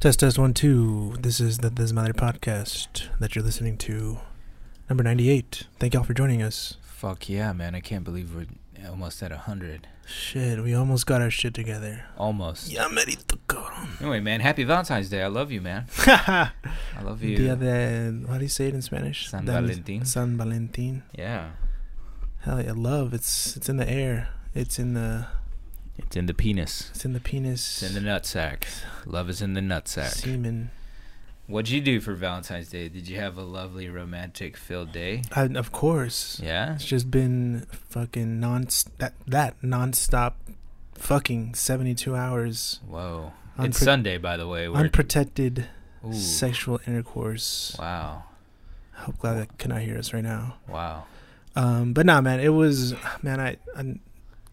Test test one two. This is the This Matter podcast that you're listening to, number ninety eight. Thank y'all for joining us. Fuck yeah, man. I can't believe we're almost at 100. Shit, we almost got our shit together. Almost. Ya merito, cabrón. Anyway, man, happy Valentine's Day. I love you, man. I love you. Dia de how do you say it in Spanish? San That is- Valentin. San Valentin. yeah. Hell yeah, love. It's it's in the air. It's in the It's in the penis. it's in the penis. It's in the nutsack. Love is in the nutsack. semen. What'd you do for Valentine's Day? Did you have a lovely, romantic filled day? I, of course. Yeah? It's just been fucking non that that nonstop fucking seventy two hours Whoa. Unpre- it's Sunday, by the way. We're, unprotected Ooh. sexual intercourse. Wow. I'm glad that cannot hear us right now. Wow. Um, but nah, man, it was man. I, I and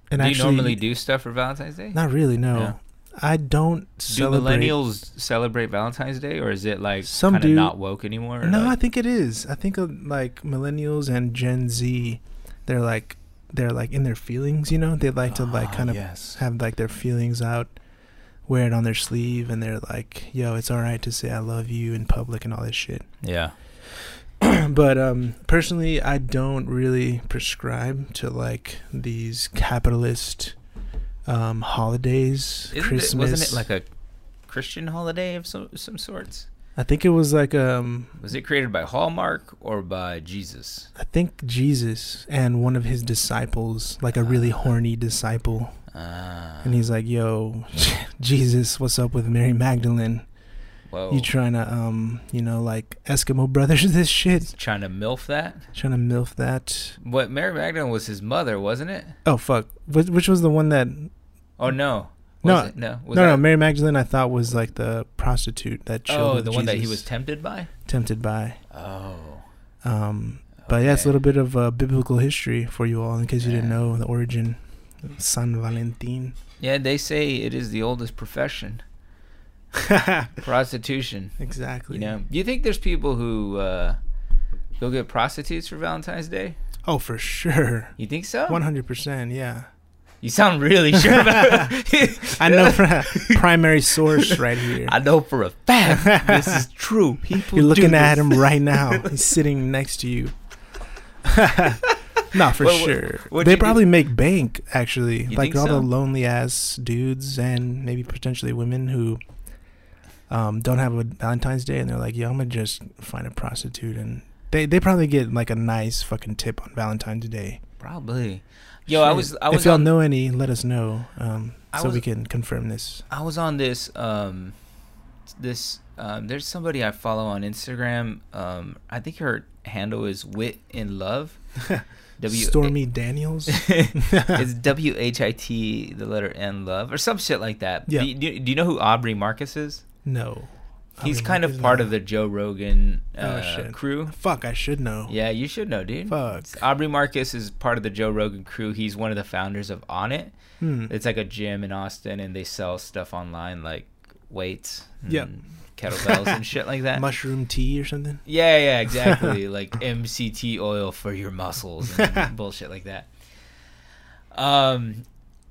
do actually, you normally do stuff for Valentine's Day? not really. No, Yeah. I don't Do celebrate. millennials celebrate Valentine's Day, or is it like Some kind of do. not woke anymore? or No, I like- think it is. I think uh, like millennials and Gen Z, they're like they're like in their feelings. You know, they like to like Ah, kind of yes. have like their feelings out, wear it on their sleeve, and they're like, "Yo, it's all right to say I love you in public and all this shit." yeah. but um, personally, I don't really prescribe to like these capitalist um, holidays. Isn't Christmas, It, wasn't it like a Christian holiday of some some sorts? I think it was like um, Was it created by Hallmark or by Jesus? I think Jesus and one of his disciples, like a really horny disciple, Ah, and he's like, "Yo, Jesus, what's up with Mary Magdalene? whoa. You trying to um, you know, like Eskimo brothers this shit, trying to milf that? trying to milf that? What Mary Magdalene was his mother, wasn't it? Oh fuck, which, which was the one that Oh no, No, was it? no, was no, that, no. Mary Magdalene, I thought was like the prostitute that chilled Oh, with the one that he was Jesus, tempted by. tempted by. Oh, Um, but yeah, it's a okay. little bit of uh, biblical history for you all in case you didn't Yeah. know the origin. San Valentin. Yeah, they say it is the oldest profession, prostitution. exactly. You know, do you think there's people who uh, go get prostitutes for Valentine's Day? Oh, for sure. You think so? One hundred percent. Yeah. You sound really sure about it. I know from a primary source right here. I know for a fact this is true. People You're looking do at this. him right now. He's sitting next to you. Not for Well, what- sure. what'd they you do? probably make bank actually, You like think all so? the lonely ass dudes and maybe potentially women who um, don't have a Valentine's Day and they're like, "Yeah, I'm gonna just find a prostitute," and they they probably get like a nice fucking tip on Valentine's Day. Probably. Yo, I Shit. was I if was y'all on, know any, let us know um, I so we was- can confirm this. I was on this um this um there's somebody I follow on Instagram. Um I think her handle is Wit in Love. W- Stormy Daniels. It's W H I T the letter N love or some shit like that. Yeah. Do, you, do, do you know who Aubrey Marcus is? No. He's kind of part of the Joe Rogan Oh, uh, shit. crew. Fuck, I should know. Yeah, you should know, dude. Fuck. Aubrey Marcus is part of the Joe Rogan crew. He's one of the founders of On It. Hmm. It's like a gym in Austin, and they sell stuff online like weights, and Yep. kettlebells and shit like that. Mushroom tea or something? yeah, yeah, exactly. like MCT oil for your muscles and bullshit like that. Um,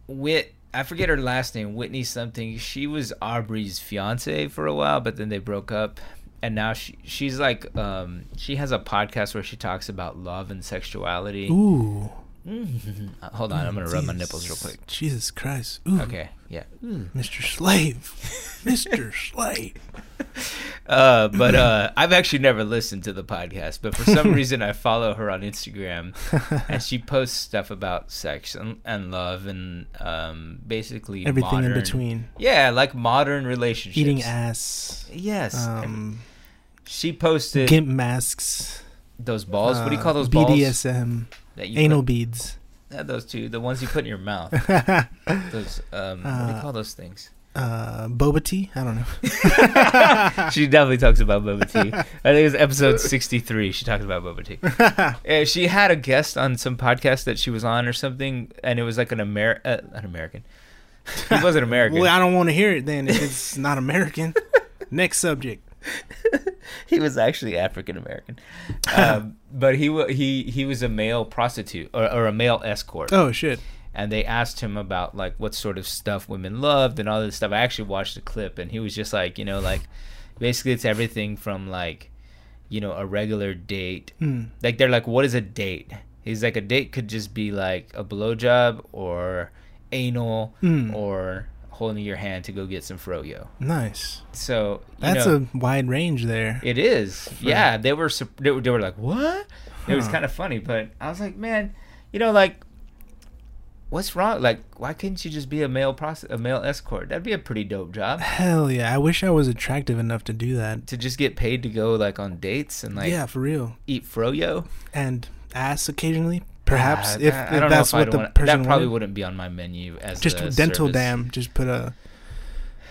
Whit, I forget her last name, Whitney something. She was Aubrey's fiance for a while, but then they broke up. And now she, she's like, um, she has a podcast where she talks about love and sexuality. Ooh. Uh, Hold on, I'm gonna rub my nipples real Jesus. quick. Jesus Christ. Ooh. Okay, yeah. Mr. Slave. Mr. Slave. Uh, but uh, I've actually never listened to the podcast, but for some reason I follow her on Instagram, and she posts stuff about sex and, and love and um, basically Everything in modern- between. Yeah, like modern relationships. Eating ass. Yes. Um, she posted gimp masks. those balls. what do you uh, call those balls? BDSM. That you Anal Put, beads. yeah, those two, the ones you put in your mouth. Those um, what do Uh, you call those things? Uh, boba tea? I don't know. she definitely talks about boba tea. I think it was episode 63. She talked about boba tea. Uh, she had a guest on some podcast that she was on or something, and it was like an Amer uh, an American. He wasn't American. Well, I don't want to hear it then if it's not American. Next subject. he was actually African American, um, but he wa he he was a male prostitute or, or a male escort. Oh, shit. and they asked him about like what sort of stuff women loved and all this stuff. I actually watched the clip, and he was just like, you know, like basically it's everything from like, you know, a regular date. Mm. Like they're like, what is a date? He's like, a date could just be like a blowjob or anal Mm. or holding your hand to go get some froyo. Nice. So you That's know, a wide range there. it is. Yeah, Right. they were sup- they were, they were like, "What?" It was Huh. kind of funny, but I was like, "Man, you know, like, what's wrong? Like, why couldn't you just be a male proce- a male escort? That'd be a pretty dope job Hell yeah! I wish I was attractive enough to do that. to just get paid to go like on dates and like yeah, for real. eat froyo. And ass occasionally, perhaps Ah, if, I- I if don't know that's if I'd what the wanna- person that probably wanted. wouldn't be on my menu as Just a dental service. dam. Just put a,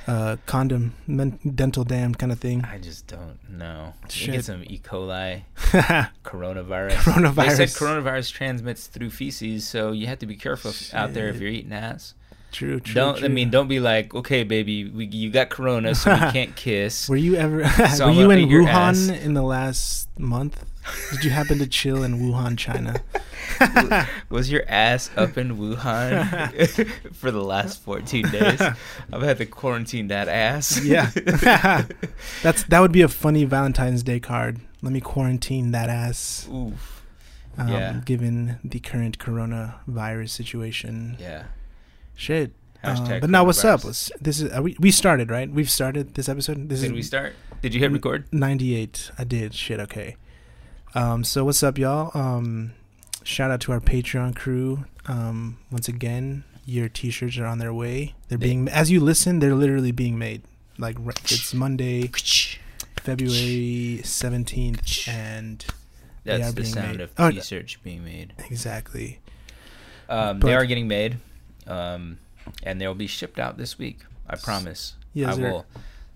a condom, men, dental dam kind of thing. I just don't know. You Shit. Get some E. coli, Hell coronavirus. They said Coronavirus. coronavirus transmits through feces, so you have to be careful if- out there if Shit. you're eating ass. True, true. don't I true. mean don't be like okay baby we, you got corona so we can't kiss Were you ever? So I'm were you gonna in eat your Wuhan ass. in the last month? Did you happen to chill in Wuhan, China? was your ass up in Wuhan for the last 14 days I've had to quarantine that ass Yeah. That's that would be a funny Valentine's Day card. Let me quarantine that ass. Oof. Um, Yeah. Given the current coronavirus situation, yeah shit. Um, Hashtag but now, what's up? coronavirus. Let's- This is are we we started right. We've started this episode. This is did we start did you hit record Ninety-eight. I did. Shit. Okay. Um. So what's up, y'all? Um. Shout out to our Patreon crew. Um. Once again, your T-shirts are on their way. They're They- being as you listen. They're literally being made. Like r- it's Monday, February seventeenth, and They that's are the being sound made. of Oh, research being made exactly. um, but- they are getting made um, and they'll be shipped out this week I promise Yes, I sir. will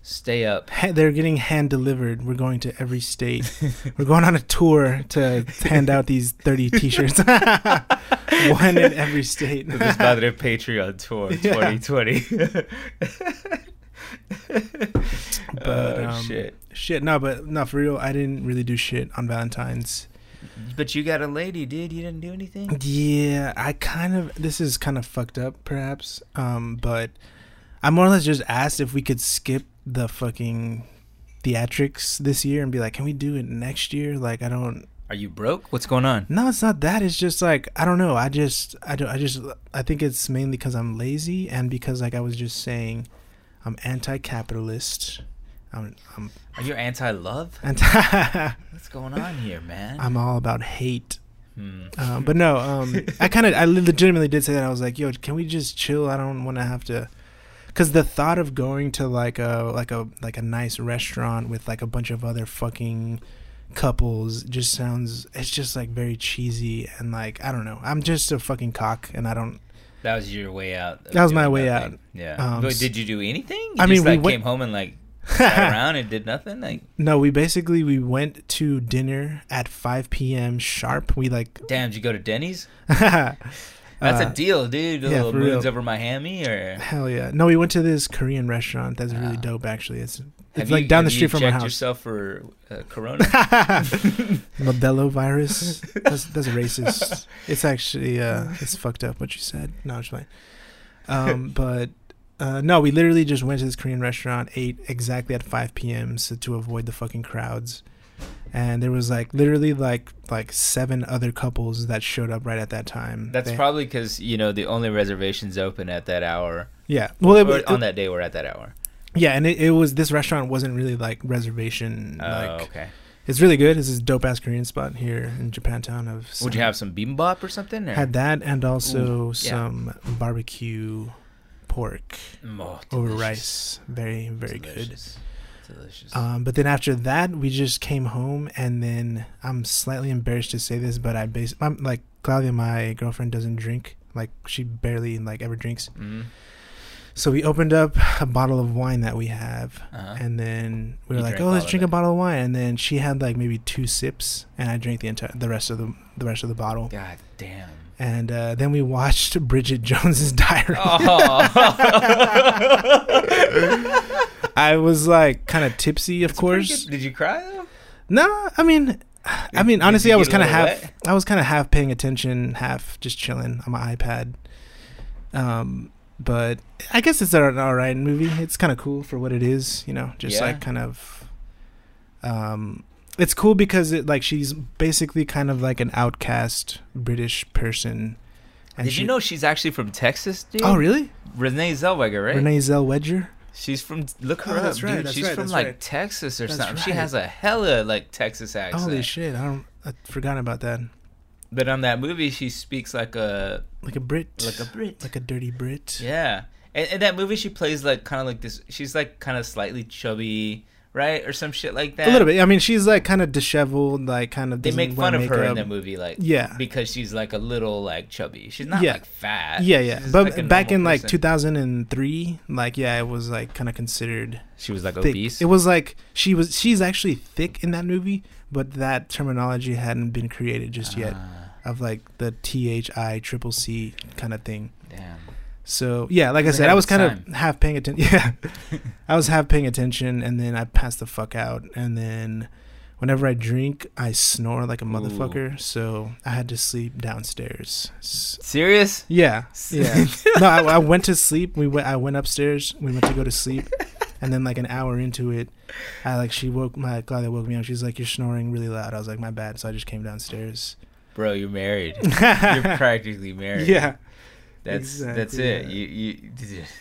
stay up Ha- they're getting hand delivered. We're going to every state. We're going on a tour to hand out these thirty T-shirts. One in every state. The Desmadre Patreon Tour Yeah. 2020. But, oh, um, shit. Shit, no, but no, for real, I didn't really do shit on Valentine's. But you got a lady, dude. You didn't do anything? Yeah, I kind of, this is kind of fucked up, perhaps, um, but I more or less just asked if we could skip the fucking theatrics this year and be like, can we do it next year? Like, I don't, Are you broke? What's going on? no, it's not that. It's just like, I don't know. I just, I don't, I just, I think it's mainly because I'm lazy and because, like, I was just saying, I'm anti capitalist. I'm, I'm Are you anti love? anti, What's going on here, man? I'm all about hate. hmm. Um, but no, um, I kind of, I li- legitimately did say that. I was like, yo, can we just chill? I don't want to have to, because the thought of going to like a like a like a nice restaurant with like a bunch of other fucking couples just sounds. It's just like very cheesy and like I don't know. I'm just a fucking cock, and I don't. That was your way out. of That was my doing way nothing. out. Yeah. Um, but s- did you do anything? You I mean, just, we like, went- came home and like sat around and did nothing. Like, No, we basically we went to dinner at 5 p.m. sharp. We like. damn, did you go to Denny's? That's uh, a deal, dude. A yeah, little for real. moons over my hammy, or Hell yeah! No, we went to this Korean restaurant. That's really Ah. dope, actually. It's Have it's like you- down the have street you from our checked house. yourself for uh, Corona. Modelo virus. That's that's racist. It's actually uh, it's fucked up what you said. No, I'm just playing. Um, but uh, no, we literally just went to this Korean restaurant, ate exactly at 5 p.m. so to avoid the fucking crowds. And there was like literally like like seven other couples that showed up right at that time. That's They- probably because you know the only reservations open at that hour yeah. Well, it, or it, on that day were at that hour. yeah, and it, it was this restaurant wasn't really like reservation. Oh, like okay. it's really good. It's this dope ass Korean spot here in Japantown of. Would you have some bibimbap or something? Or? Had that and also yeah. some barbecue pork oh, over delicious. rice. Very, very Delicious. Delicious. good. Um, but then after that, we just came home, and then I'm slightly embarrassed to say this, but I basically, I'm, like, Claudia, my girlfriend, doesn't drink. Like, she barely, like, ever drinks. mm So we opened up a bottle of wine that we have. uh-huh. And then we were You like, drank "Oh, all let's of drink it. a bottle of wine." And then she had like maybe two sips, and I drank the entire, the rest of the, the rest of the bottle. God damn. And uh, then we watched Bridget Jones's Diary. Oh. I was like kind of tipsy, of It's pretty course. good. Did you cry though? No, I mean, I Did- mean, did honestly, you I was get a kind of little half. wet? I was kind of half paying attention, half just chilling on my iPad. Um, but I guess it's an all right movie. It's kind of cool for what it is, you know, just Yeah. like kind of. Um, it's cool because it like she's basically kind of like an outcast British person. Did she- you know she's actually from Texas, dude? Oh, really? Renee Zellweger, right? Renee Zellweger. She's from look her Oh, up, that's right, dude. that's She's right, from that's like right. Texas or That's something. She right. has a hella like Texas accent. Holy shit! I don't. I forgot about that. But on that movie, she speaks like a Like a Brit. like a Brit. like a dirty Brit. yeah, and in that movie, she plays like kind of like this. She's like kind of slightly chubby, right, or some shit like that. A little bit. I mean, she's like kind of disheveled, like kind of. They doesn't make wear fun of her in makeup. that movie, like Yeah. because she's like a little like chubby. She's not Yeah. like fat. Yeah, yeah. She's just, But like, a back normal in like person. 2003, like yeah, it was like kind of considered she was like thick. obese. It was like she was she's actually thick in that movie, but that terminology hadn't been created just yet Ah, of like the T H I triple C kind of thing. damn. So yeah, like I We're said, ahead I of was its kind time. of half paying attention. Yeah, I was half paying attention, and then I passed the fuck out. And then whenever I drink, I snore like a motherfucker. So I had to sleep downstairs. S- Serious? Yeah, yeah. no, I, I went to sleep. We went. I went upstairs. We went to go to sleep, and then like an hour into it, I like she woke my Claudia woke me up. She's like, "You're snoring really loud." I was like, "My bad." So I just came downstairs. Bro, you're married. You're yeah, practically married. That's that's exactly, it. yeah. You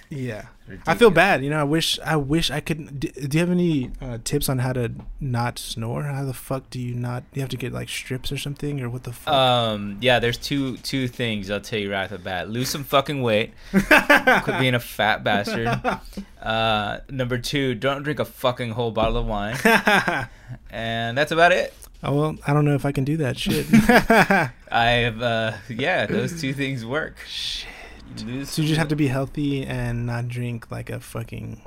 you. yeah. I feel ridiculous. bad. You know, I wish I wish I could. Do, do you have any uh, tips on how to not snore? How the fuck do you not? You have to get like strips or something, or what the fuck? Um. Yeah. There's two two things I'll tell you right off the bat. Lose some fucking weight. Quit being a fat bastard. Uh. Number two. Don't drink a fucking whole bottle of wine. Uh, And that's about it. oh well, I don't know if I can do that shit. I've. Uh. Yeah. Those two things work. shit. Lose. So you just have to be healthy and not drink like a fucking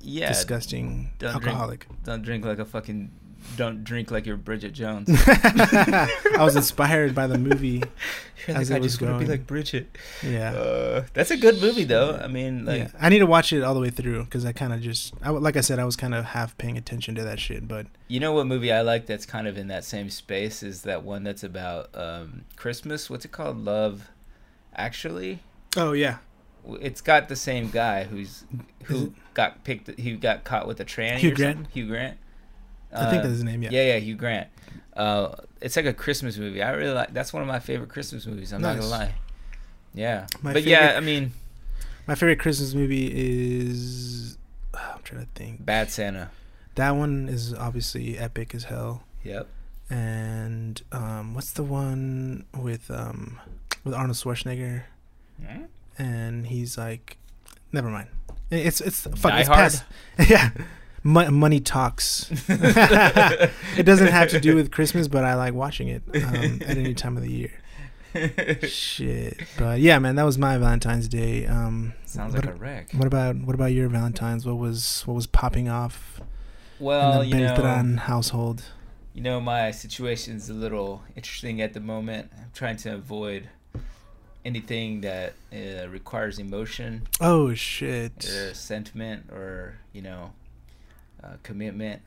Yeah. disgusting don't drink. alcoholic. Don't drink like a fucking. Don't drink like you're Bridget Jones. I was inspired by the movie. You're As like, it I was just want to be going. like Bridget. Yeah. Uh, that's a good movie though. I mean, like. yeah, I need to watch it all the way through because I kind of just, I, like I said, I was kind of half paying attention to that shit. But You know what movie I like that's kind of in that same space is that one that's about um, Christmas. What's it called? Love, actually. oh yeah, W- It's got the same guy who's Is who got picked. He got caught with a tranny. Hugh or Grant? something. Hugh Grant. I think Uh, that's his name. Yeah. yeah, yeah, Hugh Grant. Uh, it's like a Christmas movie. I really like. That's one of my favorite Christmas movies. I'm not Nice. gonna lie. Yeah, My but yeah, favorite- I mean, My favorite Christmas movie is. I'm trying to think. Bad Santa. That one is obviously epic as hell. Yep. And um, what's the one with um, with Arnold Schwarzenegger? Hmm? And he's like, never mind. I- It's it's fuck. Die it's Hard. past- yeah. Mo- money talks. it doesn't have to do with Christmas, but I like watching it um, at any time of the year. Shit. But yeah, man, that was my Valentine's Day. Um, Sounds what- like a wreck. What about what about your Valentines? What was what was popping off Well, in you the know. Beltran household? You know, my situation's a little interesting at the moment. I'm trying to avoid anything that uh, requires emotion Oh shit! or sentiment or, you know, uh, commitment.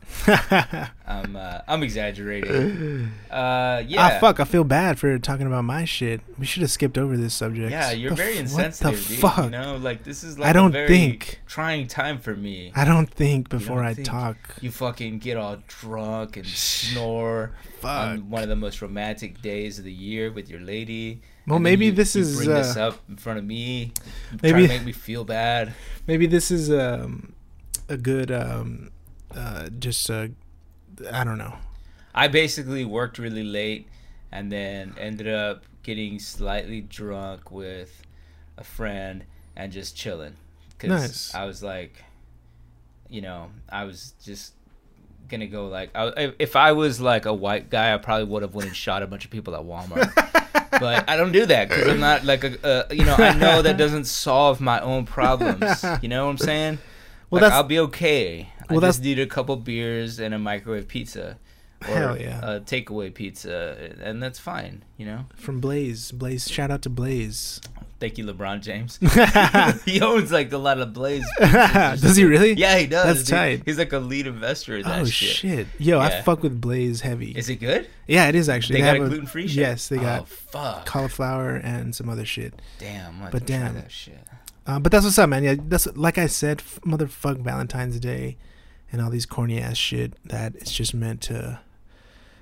I'm, uh, I'm exaggerating. Uh, yeah. Ah fuck! I feel bad for talking about my shit. We should have skipped over this subject. Yeah, you're The very f- insensitive, What the dude. fuck? You know, like, this is like I a don't very think. trying time for me. I don't think before don't I think. talk. You fucking get all drunk and snore Fuck. on one of the most romantic days of the year with your lady. well, And then maybe you- this you is bring uh, this up in front of me. Maybe maybe- to make me feel bad. maybe this is um a good um uh just uh I don't know. I basically worked really late, and then ended up getting slightly drunk with a friend and just chilling. Cause Nice. I was like, you know, I was just gonna go like, I, if I was like a white guy, I probably would have went and shot a bunch of people at Walmart. but I don't do that because I'm not like a, uh, you know, I know that doesn't solve my own problems. You know what I'm saying? Well, Well, that's- I'll be okay. Well, I that's- just need a couple beers and a microwave pizza, or Hell yeah. a takeaway pizza, and that's fine. You know, From Blaze, Blaze, shout out to Blaze. Thank you, LeBron James. he owns like a lot of Blaze. Does he really? Yeah, he does. That's dude. tight. He's like a lead investor in that Oh shit. shit. Yo, I Yeah. fuck with Blaze heavy. Is it good? yeah, it is actually. They, got have a a- gluten free shit. Yes, they got Oh fuck! cauliflower and some other shit. damn. i but but damn damn. that shit. Uh, but that's what's up, man. Yeah, that's like I said, f- motherfuck Valentine's Day and all these corny ass shit that it's just meant to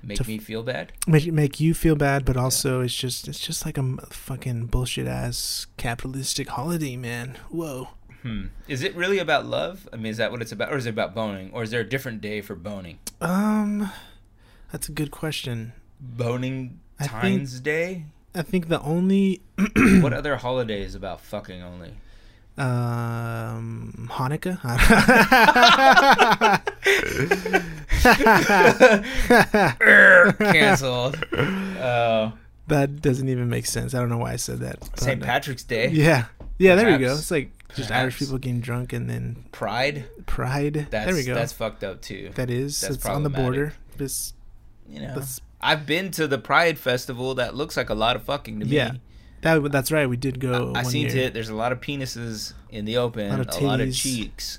Make To- me feel bad. make, make you feel bad, but also it's just it's just like a m- fucking bullshit ass capitalistic holiday, man. Whoa. Hmm. Is it really about love? I mean, is that what it's about, or is it about boning, or is there a different day for boning? Um, that's a good question. Boning I think- Times Day. I think the only what other holiday is about fucking only? um Hanukkah. Er, Cancelled. Uh, that doesn't even make sense. I don't know why I said that. but, St. uh, Patrick's Day. Yeah. Yeah, there we go. Perhaps. It's like just Irish Perhaps. people getting drunk and then Pride. pride. That's there we go. that's fucked up too. that is. that's it's on the border. problematic. This, You know. this, I've been to the Pride Festival. That looks like a lot of fucking to me. yeah. That, that's right. We did go. I one seen year. it. There's a lot of penises in the open. A Lot lot of of, titties. cheeks.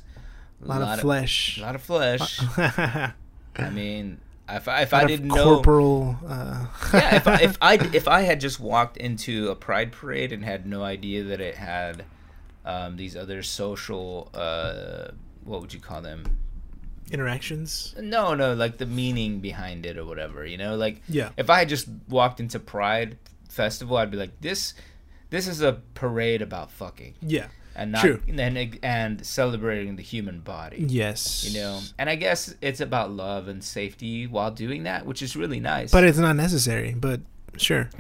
A lot, of flesh. A lot of flesh. I mean, if I, if I Lot of didn't know, corporal. Uh, yeah, if I, if I if I had just walked into a pride parade and had no idea that it had um, these other social, uh, what would you call them? interactions. No, no, like the meaning behind it or whatever. You know, like Yeah. if I had just walked into Pride Festival, I'd be like, this, this is a parade about fucking. Yeah. and not True. and then- and celebrating the human body. Yes. You know, and I guess it's about love and safety while doing that, which is really nice. But it's not necessary. But sure.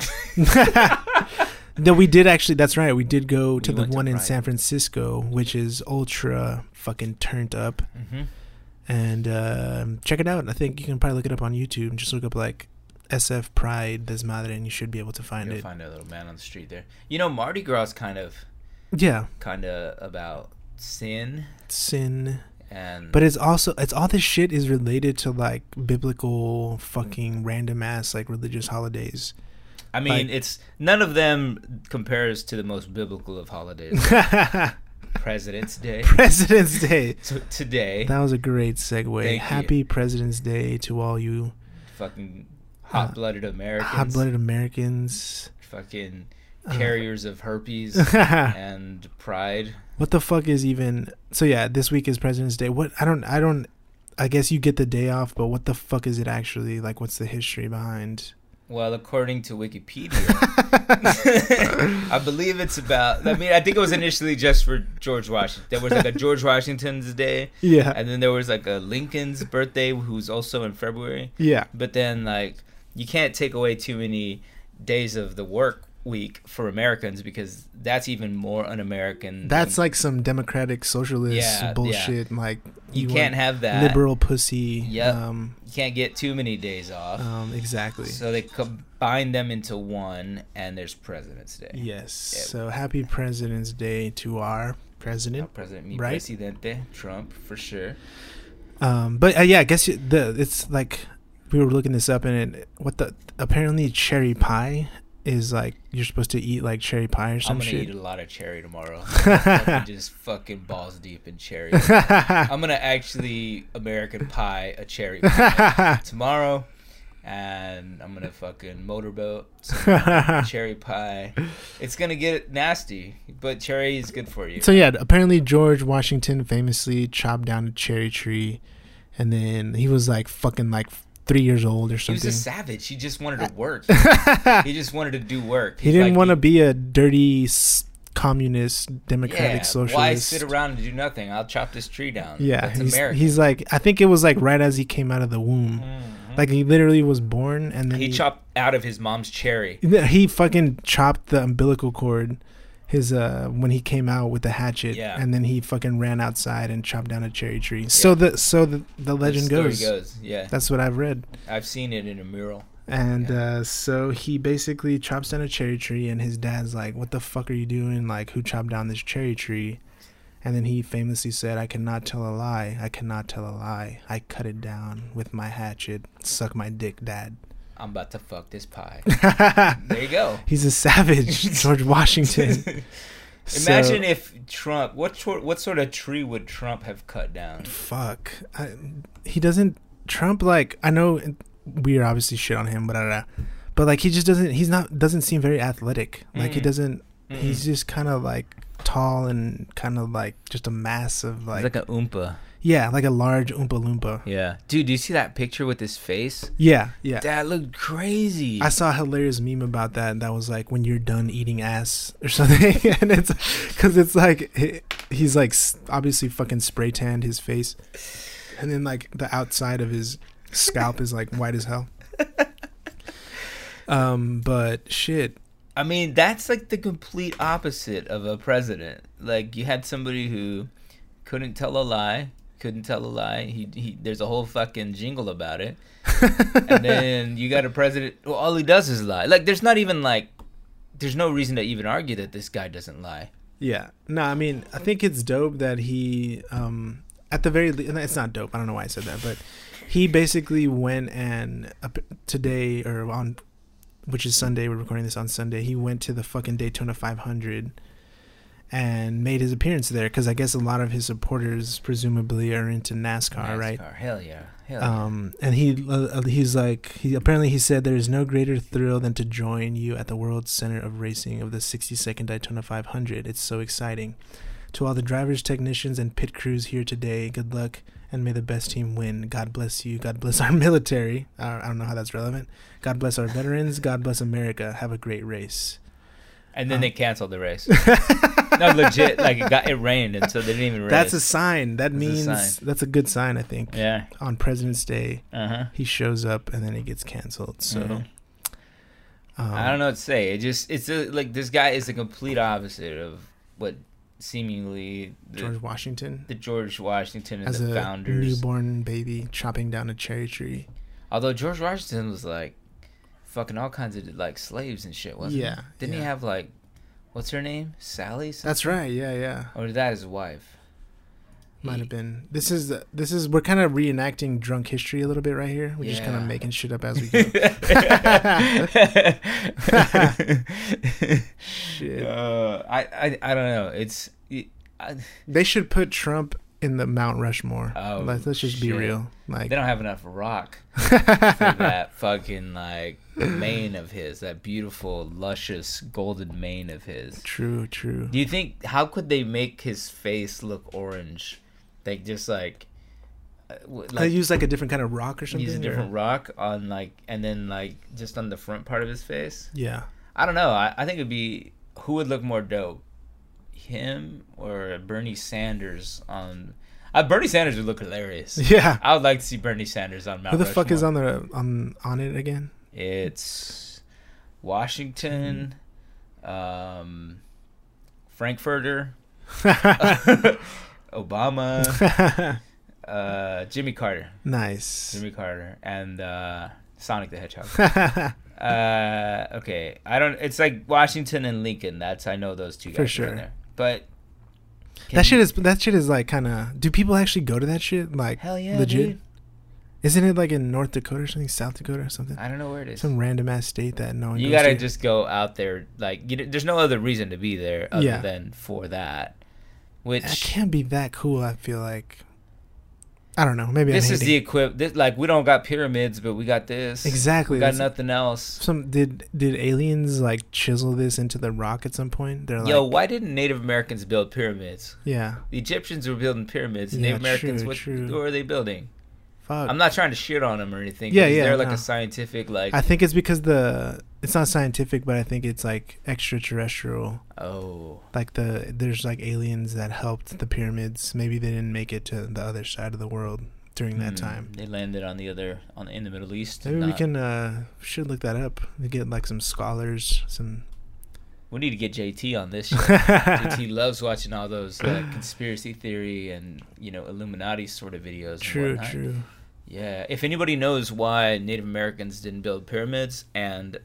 no, we did actually. That's right. We did go to We the went to one in Pride. San Francisco, which is ultra fucking turned up. hmm and um, check it out. I think you can probably look it up on YouTube. Just look up like SF Pride Desmadre, and you should be able to find you'll it. find a little man on the street there. You know, Mardi Gras is kind of Yeah, kind of about sin sin, and but it's also it's all this shit is related to like biblical fucking Mm. random ass like religious holidays. I mean, like- it's none of them compares to the most biblical of holidays, President's Day. President's Day. So today, That was a great segue. Thank you. Happy President's Day to all you fucking hot-blooded Americans, uh, hot-blooded Americans. fucking Uh, carriers of herpes and pride. What the fuck is even so yeah, this week is President's Day. What I don't I don't I guess you get the day off, but what the fuck is it actually? Like what's the history behind? Well, according to Wikipedia, I believe it's about. I mean, I think it was initially just for George Washington. There was like a George Washington's Day, Yeah. and then there was like a Lincoln's birthday, who's also in February. Yeah. But then, like, you can't take away too many days of the work week for Americans because that's even more un-American. That's like some democratic socialist Mm-hmm. Yeah, yeah. bullshit like you, can't have that. want liberal pussy. Yep. Um You can't get too many days off. um exactly. so they combine them into one, and there's President's Day. yes. Yeah. So happy President's Day to our Now, president. President, mi Right. presidente, Trump, for sure. Um, but uh, yeah, I guess you, the it's like we were looking this up, and it, what the apparently cherry pie is like you're supposed to eat like cherry pie or I'm some gonna shit. eat a lot of cherry tomorrow. Fucking just fucking balls deep in cherry. I'm gonna actually American pie a cherry pie tomorrow, and I'm gonna fucking motorboat some Ah. cherry pie. It's gonna get nasty, but cherry is good for you. so yeah, apparently George Washington famously chopped down a cherry tree, and then he was like fucking like three years old or He was something. a savage. He just wanted to work. he just wanted to do work. Ah. he didn't want to be a dirty s- communist, democratic socialist. Why sit around and do nothing? I'll chop this tree down. yeah, that's he's, American. he's like I think it was like right as he came out of the womb. Mhm. Like he literally was born and then he chopped out of his mom's cherry. he fucking chopped the umbilical cord his uh when he came out with the hatchet Yeah. and then he fucking ran outside and chopped down a cherry tree. So the so the, the legend The story goes. Yeah, That's what I've read. I've seen it in a mural. And Yeah. uh so he basically chops down a cherry tree and his dad's like, "What the fuck are you doing? Like who chopped down this cherry tree?" And then he famously said, "I cannot tell a lie. I cannot tell a lie. I cut it down with my hatchet. Suck my dick, dad." I'm about to fuck this pie. there you go. He's a savage, George Washington. So- Imagine if Trump. What sort? What sort of tree would Trump have cut down? fuck. I, he doesn't. Trump like I know we are obviously shit on him, but I don't know. But like he just doesn't. He's not doesn't seem very athletic. Like he Mm-mm. doesn't. Mm-mm. He's just kind of like tall and kind of like just a mass of like, He's like a oompa. yeah, like a large oompa loompa. Yeah, dude. Do you see that picture with his face? Yeah, yeah. That looked crazy. I saw a hilarious meme about that. and That was like when you're done eating ass or something, and it's because it's like he, he's like s- obviously fucking spray tanned his face, and then like the outside of his scalp is like white as hell. Um, but shit, I mean, that's like the complete opposite of a president. Like you had somebody who couldn't tell a lie, couldn't tell a lie. He, he there's a whole fucking jingle about it. and then you got a president well, all he does is lie. Like there's not even like there's no reason to even argue that this guy doesn't lie. yeah, no, I mean, I think it's dope that he, um, at the very least, it's not dope. I don't know why I said that, but he basically went and uh, today or on which is Sunday. We're recording this on Sunday. He went to the fucking Daytona 500 and made his appearance there because I guess a lot of his supporters presumably are into NASCAR, right? NASCAR, Hell yeah. Hell yeah. Um, and he uh, he's like he apparently he said there is no greater thrill than to join you at the World Center of Racing of the 62nd Daytona 500. It's so exciting. To all the drivers, technicians, and pit crews here today, good luck and may the best team win. God bless you. God bless our military. I I don't know how that's relevant. God bless our veterans. God bless America. Have a great race. and then um, they canceled the race. no, legit. Like it got it rained, and so they didn't even race. That's a sign. That That's a means sign. that's a good sign, I think. yeah. On President's Day, Uh huh. he shows up and then it gets canceled. So Mhm. um, I don't know what to say. It just it's a, like this guy is the complete opposite of what seemingly the George George, Washington the George Washington and as the a founders. newborn baby chopping down a cherry tree. Although George Washington was like fucking all kinds of like slaves and shit, wasn't Yeah, he? Didn't he yeah. have like what's her name? Sally? That's right. Yeah, yeah. Or that his wife. Might He- have been. This is the, this is we're kind of reenacting drunk history a little bit right here. We're just kind of Yeah. making shit up as we go. shit. Uh, I, I I don't know. It's it- I, They should put Trump in the Mount Rushmore. Oh, let's, let's just be shit. real. Like they don't have enough rock for that fucking like mane of his, that beautiful, luscious, golden mane of his. true, true. Do you think how could they make his face look orange? Like just like, uh, w- they like use like a different kind of rock or something. use a or- different rock on like, and then like just on the front part of his face. Yeah. I don't know. I, I think it'd be who would look more dope, him or Bernie Sanders on. Uh, Bernie Sanders would look hilarious. Yeah. I would like to see Bernie Sanders on Mount. Who the fuck is Rushmore. on the on on it again? It's Washington, um, Frankfurter, Obama, uh, Jimmy Carter, nice. Jimmy Carter, and uh, Sonic the Hedgehog. Uh, okay, I don't. It's like Washington and Lincoln. That's I know those two guys For are sure. in there. But can- That shit is that shit is like kind of. Do people actually go to that shit? Like, hell yeah, legit. dude. Isn't it like in North Dakota or something, South Dakota or something? I don't know where it is. Some random ass state that no one. you goes gotta to. just go out there. Like you, d- there's no other reason to be there other Yeah. than for that. Which That can't be that cool. I feel like. I don't know. Maybe this I'm is the hating. equip. This, like we don't got pyramids, but we got this. exactly. We got that's- nothing else. Some did did aliens like chisel this into the rock at some point? They're like, Yo, why didn't Native Americans build pyramids? yeah, The Egyptians were building pyramids. and Yeah, Native Americans, true, what true. what were they building? fuck. I'm not trying to shit on them or anything. Yeah, but is yeah, They're like no. a scientific, like I think it's because the it's not scientific, but I think it's like extraterrestrial. oh, Like the there's like aliens that helped the pyramids. Maybe they didn't make it to the other side of the world during that hmm, time. they landed on the other on in the Middle East. Maybe we not- can uh should look that up. We get like some scholars, some We need to get JT on this. Shit. JT loves watching all those uh, conspiracy theory and you know Illuminati sort of videos. and true, whatnot. true. Yeah, if anybody knows why Native Americans didn't build pyramids, and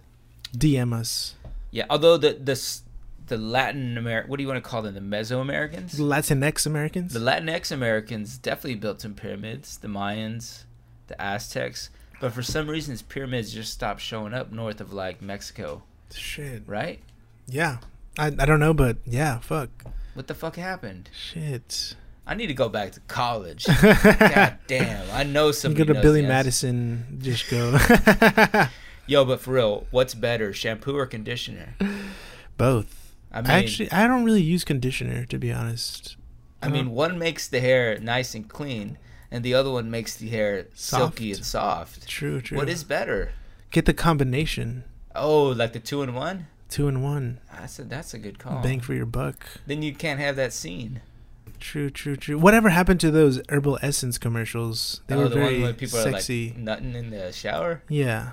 DM us. yeah, although the the s- the Latin America, what do you want to call them, the Mesoamericans, Latinx Americans. the Latinx Americans definitely built some pyramids. The Mayans, the Aztecs, But for some reason, his pyramids just stopped showing up north of like Mexico, Shit. right? Yeah. I, I don't know, but yeah, fuck. What the fuck happened? Shit. I need to go back to college. God damn, I know You somebody. go to knows Billy the answer. Madison, just go. Yo, but for real, what's better, shampoo or conditioner? Both. I mean, Actually, I don't really use conditioner, to be honest. Uh, I Uh-huh. mean, one makes the hair nice and clean, and the other one makes the hair silky Soft. and soft. True, true. What is better? Get the combination. Oh, like the two in one? Two in one. That's a that's a good call. Bang for your buck. Then you can't have that scene. True, true, true. Whatever happened to those herbal essence commercials? They oh, were the very one where people sexy. are like mm. nutting in the shower. yeah.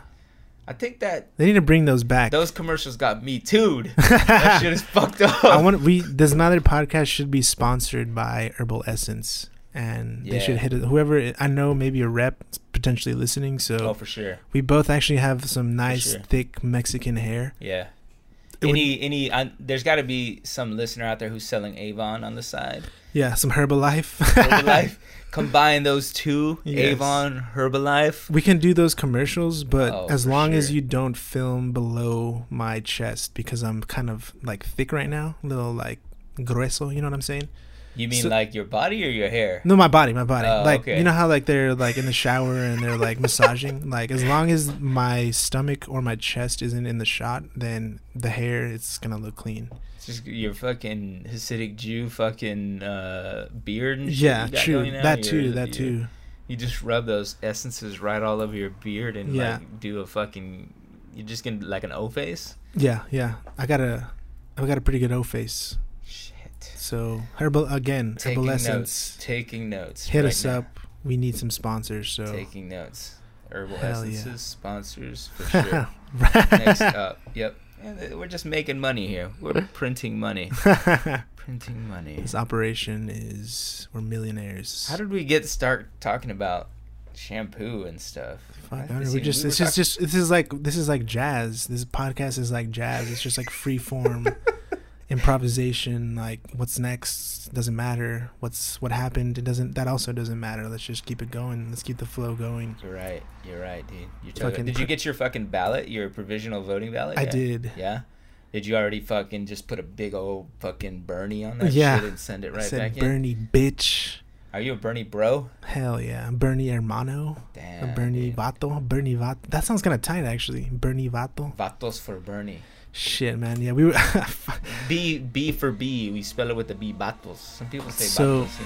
I think that They need to bring those back. those commercials got me tooed. that shit is fucked up. I want we this another podcast should be sponsored by Herbal Essence and they should Yeah. hit it, whoever I know maybe a rep is potentially listening so oh, for sure. we both actually have some nice sure. thick Mexican hair. Yeah. It would- any any I, there's got to be some listener out there who's selling Avon on the side. yeah, some Herbalife. Herbalife. Combine those two, Yes. Avon, Herbalife. We can do those commercials, but Oh, as for long as sure. you don't film below my chest because I'm kind of like thick right now, a little like grueso, you know what I'm saying? You mean So- like your body or your hair? No, my body, my body. Oh, like okay. you know how like they're like in the shower and they're like massaging. Like as long as my stomach or my chest isn't in the shot, then the hair it's gonna look clean. It's just your fucking Hasidic Jew fucking uh, beard and shit Yeah, you got true. going now. That Your- too. That your- too. You just rub those essences right all over your beard and Yeah. like do a fucking. You're just gonna like an O face. Yeah, yeah. I got a, I got a pretty good O face. Shit. So herbal again, Taking herbal notes. essence. Taking notes. Hit right us now. up. We need some sponsors. So Taking notes. Herbal Hell yeah. essences sponsors for sure. Next up, yep. Yeah, th- We're just making money here. We're printing money. Printing money. this operation is we're millionaires. How did we get start talking about shampoo and stuff? Fuck, I Right? don't know, This we even- just we this were is just this is like this is like jazz. This podcast is like jazz. It's just like free form improvisation. Like what's next doesn't matter. What's what happened it doesn't that also doesn't matter. Let's just keep it going. Let's keep the flow going. talking- You're right. You're right, dude. Fucking You're talking. Did you pr- get your fucking ballot? Your provisional voting ballot? I yet? did. Yeah. Did you already fucking just put a big old fucking Bernie on that Yeah. shit and send it I right said back in? Bernie bitch. Are you a Bernie bro? Hell yeah, Bernie hermano, or Damn. Bernie dude. vato, Bernie vato. That sounds kind of tight actually. Bernie vato. Vatos for Bernie. Shit, man. Yeah, we were. B B for B. We spell it with the B. Vatos. Some people say So- vatos.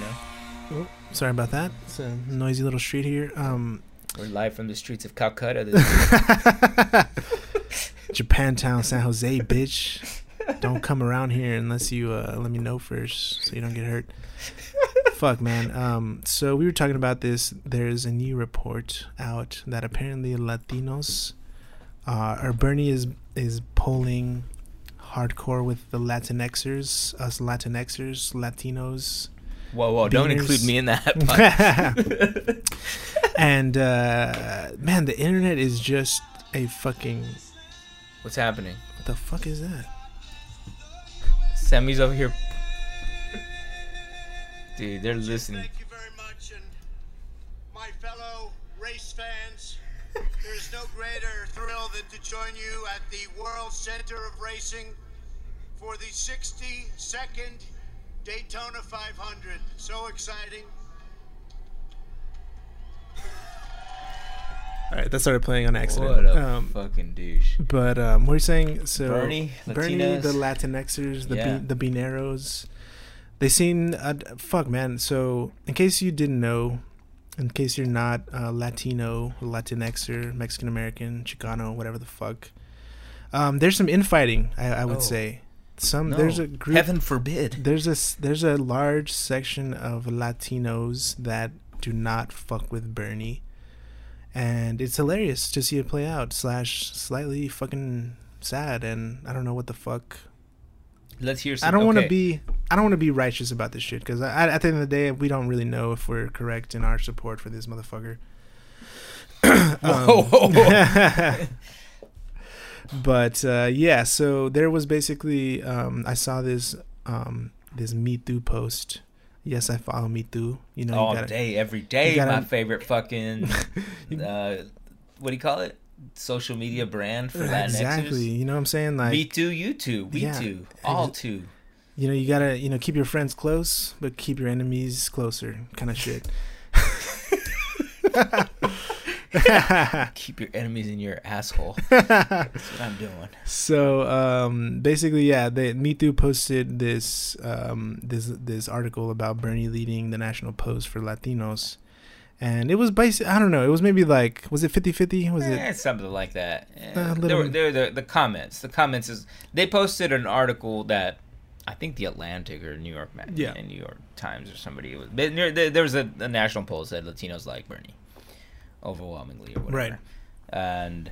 You know. Sorry about that. It's a noisy little street here. Um, We're live from the streets of Calcutta. This week. Japantown, San Jose, bitch. Don't come around here unless you uh, let me know first, so you don't get hurt. Fuck, man. Um, so we were talking about this. There's a new report out that apparently Latinos, uh, or Bernie is is polling hardcore with the Latinxers, us Latinxers, Latinos. whoa, whoa! Don't Beaners. include me in that. and uh, man, the internet is just a fucking. What's happening? What the fuck is that? Sammy's over here. Dude, they're listening. Thank you very much, and my fellow race fans, there is no greater thrill than to join you at the World Center of Racing for the 62nd Daytona 500. So exciting. All right, that started playing on accident. What a um, fucking douche. but um, what are you saying? So Bernie, Bernie, the Latinas. Latinxers, the Yeah. B, the Bineros, they seem uh, d- fuck man. So in case you didn't know, in case you're not uh, Latino, Latinxer, Mexican American, Chicano, whatever the fuck, um, there's some infighting. I, I would Oh. say some No. there's a group. Heaven forbid. There's a s- there's a large section of Latinos that do not fuck with Bernie, and it's hilarious to see it play out. Slash, slightly fucking sad, and I don't know what the fuck. Let's hear some. I don't want to okay. be I don't want to be righteous about this shit because I, I, at the end of the day we don't really know if we're correct in our support for this motherfucker. Um, Whoa, whoa, whoa. but uh, yeah, so there was basically um, I saw this um, this Me Too post. Yes, I follow Me Too. You know, all you gotta, day, every day. gotta- my favorite fucking uh, what do you call it? Social media brand for Latinx. exactly. You know what I'm saying? Like Me too, you too, we Yeah, too, all ex- too. you know, you gotta you know keep your friends close, but keep your enemies closer, kind of shit. Keep your enemies in your asshole. That's what I'm doing. so um, basically, yeah, they, Me Too posted this um, this this article about Bernie leading the national pose for Latinos, and it was basic. I don't know. It was maybe like was it 50-50? Was Eh, it? something like that. Eh, A there little- were there the the comments. The comments is they posted an article that I think the Atlantic or New York Mag- Yeah. and New York Times or somebody was but there, there there was a, a national poll that said Latinos like Bernie overwhelmingly or whatever. Right. And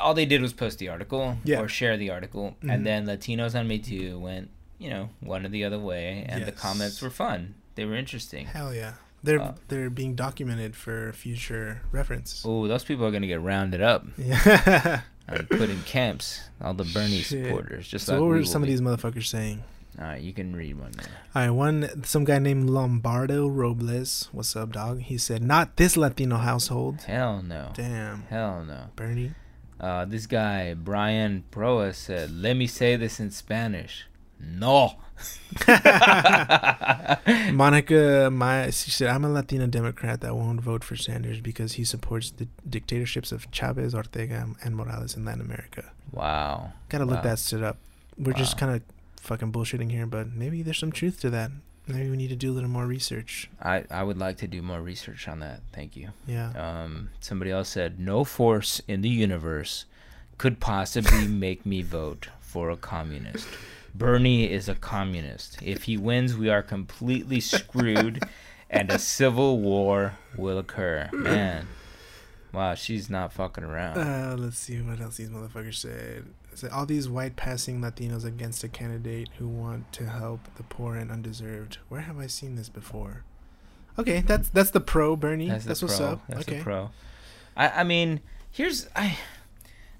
all they did was post the article Yeah. or share the article Mhm. and then Latinos on Me Too went, you know, one or the other way and the Yes. comments were fun. They were interesting. Hell yeah, they're Uh, they're being documented for future reference. Oh, those people are going to get rounded up. Yeah. and put in camps all the Bernie Shit. supporters. Just so like what we were will some of be. these motherfuckers saying? All right, you can read one. There. All right, one some guy named Lombardo Robles. What's up, dog? He said, "Not this Latino household." Hell no. Damn, Hell no. Bernie. Uh, this guy Brian Proa said, "Let me say this in Spanish." No. Monica, my she said, "I'm a Latina Democrat that won't vote for Sanders because he supports the dictatorships of Chavez, Ortega, and Morales in Latin America." wow. Gotta look Wow. that shit up. We're just Wow. kind of fucking bullshitting here, but maybe there's some truth to that. Maybe we need to do a little more research. I I would like to do more research on that. Thank you. Yeah. Um, somebody else said, "No force in the universe could possibly make me vote for a communist." Bernie is a communist. If he wins, we are completely screwed, and a civil war will occur. Man, wow, she's not fucking around. Uh, let's see what else these motherfuckers said. It said, all these white passing Latinos against a candidate who want to help the poor and undeserved. Where have I seen this before? Okay, that's that's the pro Bernie. That's, the what's pro. up. That's okay. the pro. I I mean, here's I.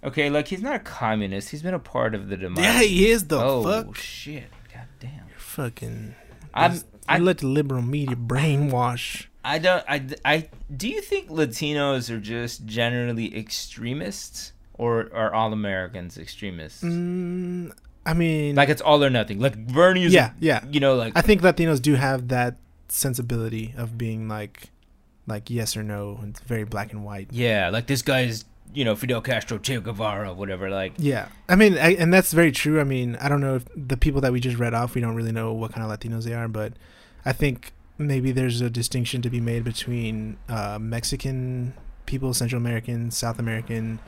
Okay, look, he's not a communist. He's been a part of the democracy. Yeah, he is the oh fuck. shit! God damn. Fucking. I'm. I I let the liberal media brainwash. I don't. I, I do you think Latinos are just generally extremists, or are all Americans extremists? Mm, I mean, Like it's all or nothing. Like Bernie is, yeah, yeah. you know, like I think Latinos do have that sensibility of being like, like yes or no. It's very black and white. yeah, like this guy is, you know, Fidel Castro, Che Guevara, whatever. Like Yeah, I mean, I, and that's very true. I mean, I don't know if the people that we just read off, we don't really know what kind of Latinos they are, but I think maybe there's a distinction to be made between uh, Mexican people, Central American, South American,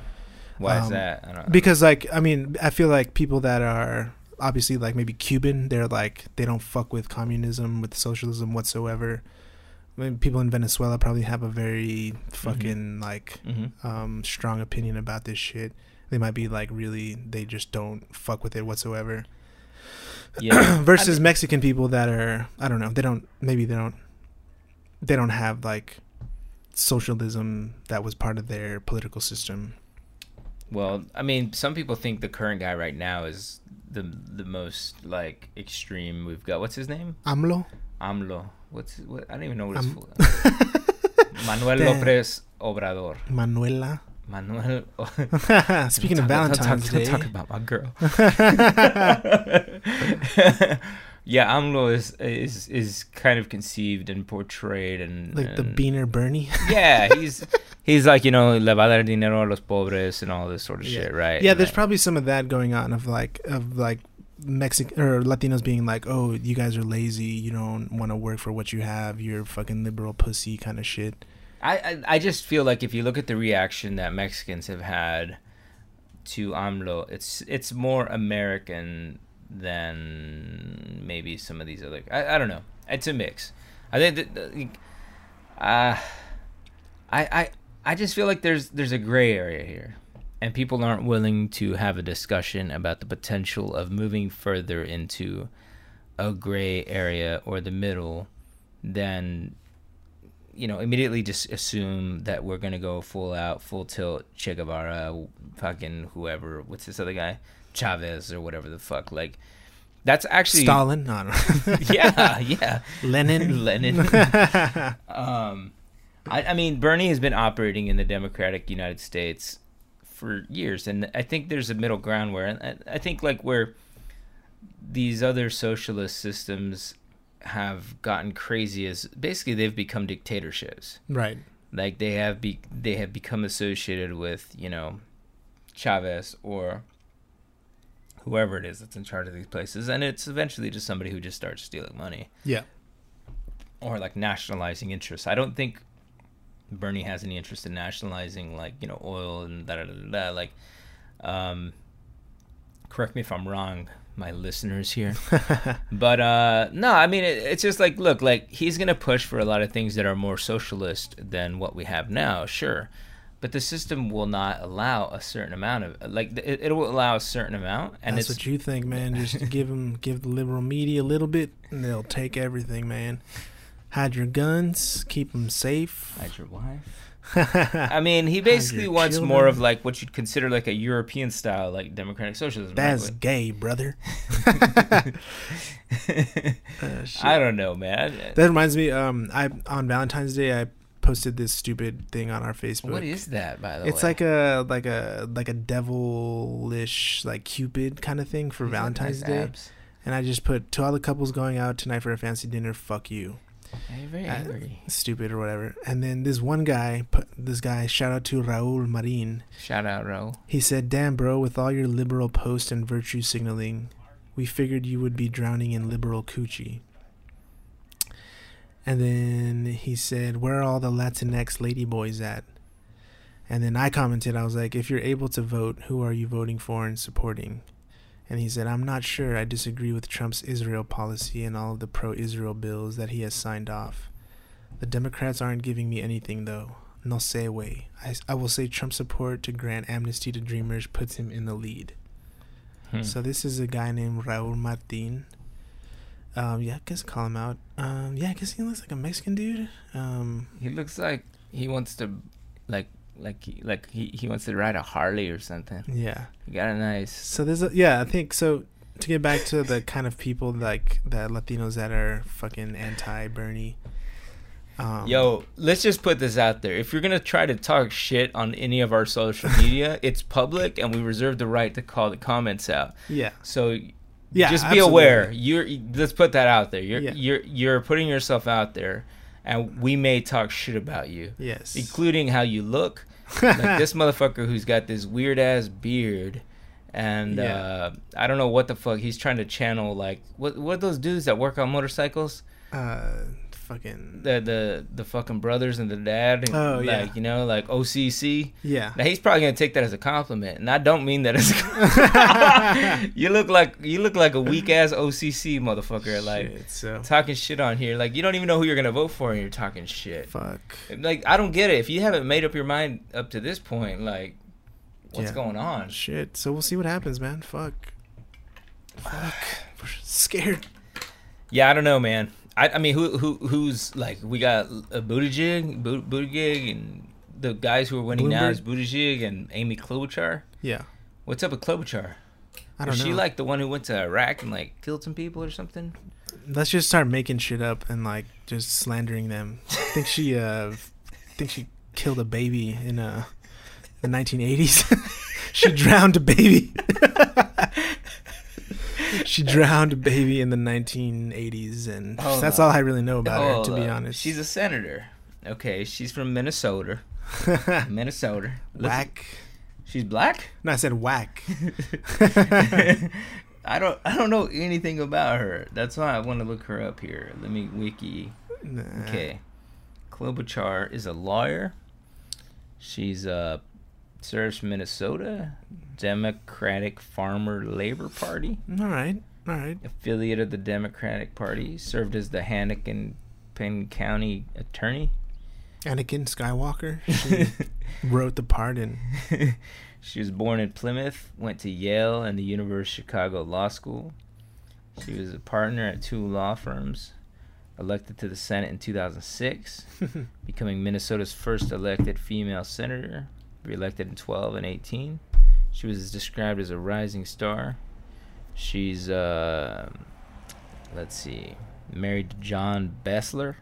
why is Um, that? I don't. because like, I mean, I feel like people that are obviously like maybe Cuban, they're like they don't fuck with communism, with socialism whatsoever. I mean, people in Venezuela probably have a very fucking like Mhm. um, strong opinion about this shit. They might be like really, they just don't fuck with it whatsoever. Yeah. Versus Mexican people that are, I don't know, they don't, maybe they don't, they don't have like socialism that was part of their political system. Well, I mean, some people think the current guy right now is the the most like extreme we've got. What's his name? AMLO? AMLO. What's what? I don't even know what his Am- full. Manuel Damn. López Obrador. Manuela? Manuel. Speaking of Don't talk- Valentine's don't Day. talk, Don't talk about my girl. yeah, AMLO is is is kind of conceived and portrayed and like the and- Beaner Bernie? Yeah, he's he's like you know le va a dar dinero a los pobres and all this sort of shit, right? Yeah, And there's like- probably some of that going on of like of like Mexican or Latinos being like, "Oh, you guys are lazy. You don't want to work for what you have. You're fucking liberal pussy kind of shit." I, I I just feel like if you look at the reaction that Mexicans have had to AMLO, it's it's more American than maybe some of these other. I, I don't know. It's a mix. I think that, that like, uh, I I I just feel like there's there's a gray area here, and people aren't willing to have a discussion about the potential of moving further into a gray area or the middle than you know, immediately just assume that we're gonna go full out, full tilt, Che Guevara, fucking whoever. What's this other guy, Chavez or whatever the fuck. Like, that's actually Stalin, no, no. yeah, yeah. Lenin. Lenin. um, I, I mean, Bernie has been operating in the Democratic United States for years, and I think there's a middle ground where, and I, I think like where these other socialist systems have gotten crazy is basically they've become dictatorships. Right. Like they have be they have become associated with you know Chavez or whoever it is that's in charge of these places, and it's eventually just somebody who just starts stealing money Yeah. or like nationalizing interests. I don't think Bernie has any interest in nationalizing like you know oil and da da da da. da. Like, um, correct me if I'm wrong, my listeners here. but uh, no, I mean it, it's just like look, like he's gonna push for a lot of things that are more socialist than what we have now, sure. But the system will not allow a certain amount of like it, it will allow a certain amount, and That's it's what you think, man. Just give them, give the liberal media a little bit, and they'll take everything, man. Hide your guns, keep them safe. Hide your wife. I mean, he basically your wants more of children. like what you'd consider like a European style, like democratic socialism. right? That's gay, brother. Uh, shit. I don't know, man. that reminds me. Um, I on Valentine's Day I posted this stupid thing on our Facebook. what is that, by the way? It's like a like a like a devilish like Cupid kind of thing for He's got Valentine's nice Day, abs. and I just put to all the couples going out tonight for a fancy dinner. Fuck you, Yeah, you're very Uh, angry. stupid or whatever. And then this one guy, put, this guy, shout out to Raúl Marín. Shout out, Ro. He said, "Damn, bro, with all your liberal posts and virtue signaling, we figured you would be drowning in liberal coochie." And then he said, "Where are all the Latinx ladyboys at?" And then I commented, I was like, "If you're able to vote, who are you voting for and supporting?" And he said, "I'm not sure. I disagree with Trump's Israel policy and all of the pro-Israel bills that he has signed off. The Democrats aren't giving me anything though." No say way. I, I will say Trump support to grant amnesty to Dreamers puts him in the lead. Hmm. So this is a guy named Raul Martin. Um, yeah, I guess call him out. Um, yeah, I guess he looks like a Mexican dude. Um, He looks like he wants to, like, like, he- like he, he wants to ride a Harley or something. yeah. He got a nice. So there's a, yeah, I think so. To get back to the kind of people like the Latinos that are fucking anti-Bernie. Um, Yo, let's just put this out there. If you're gonna try to talk shit on any of our social media, it's public, and we reserve the right to call the comments out. Yeah. So Yeah. just be absolutely. aware. You're let's put that out there. You're Yeah. you're you're putting yourself out there, and we may talk shit about you, Yes. including how you look. like this motherfucker who's got this weird ass beard, and Yeah. uh, I don't know what the fuck he's trying to channel. Like what what are those dudes that work on motorcycles? Uh, fucking. The the the fucking brothers and the dad. And, Oh, like, yeah. You know, like OCC. yeah. Now he's probably gonna take that as a compliment, and I don't mean that as. A you look like you look like a weak ass OCC motherfucker, like Shit, so talking shit on here. Like you don't even know who you're gonna vote for, and you're talking shit. fuck. Like I don't get it. If you haven't made up your mind up to this point, like what's Yeah. going on? Shit. So we'll see what happens, man. Fuck. Fuck. We're scared. Yeah, I don't know, man. I, I mean, who who who's like we got a Buttigieg, Bu- Buttigieg, and the guys who are winning now Bloomberg? is Buttigieg and Amy Klobuchar. Yeah. What's up with Klobuchar? I don't Is know. she like the one who went to Iraq and like killed some people or something? Let's just start making shit up and like just slandering them. I think she uh f- think she killed a baby in uh the 1980s. she drowned a baby. she drowned a baby in the 1980s and Hold that's on. all I really know about her to Oh, be uh, honest. she's a senator. Okay, she's from Minnesota. Minnesota. Listen- whack. She's black. No, I said whack. I don't. I don't know anything about her. That's why I want to look her up here. Let me wiki. Nah. Eh. Okay. Klobuchar is a lawyer. She's uh serves Minnesota Democratic Farmer Labor Party, All right. All right. affiliate of the Democratic Party, served as the Hannikin Penn County attorney. Anakin Skywalker. She wrote the part in she was born in Plymouth, went to Yale and the University of Chicago Law School. She was a partner at two law firms, elected to the Senate in 2006, becoming Minnesota's first elected female senator, reelected in 12 and 18. She was described as a rising star. She's, uh, let's see, married to John Bessler.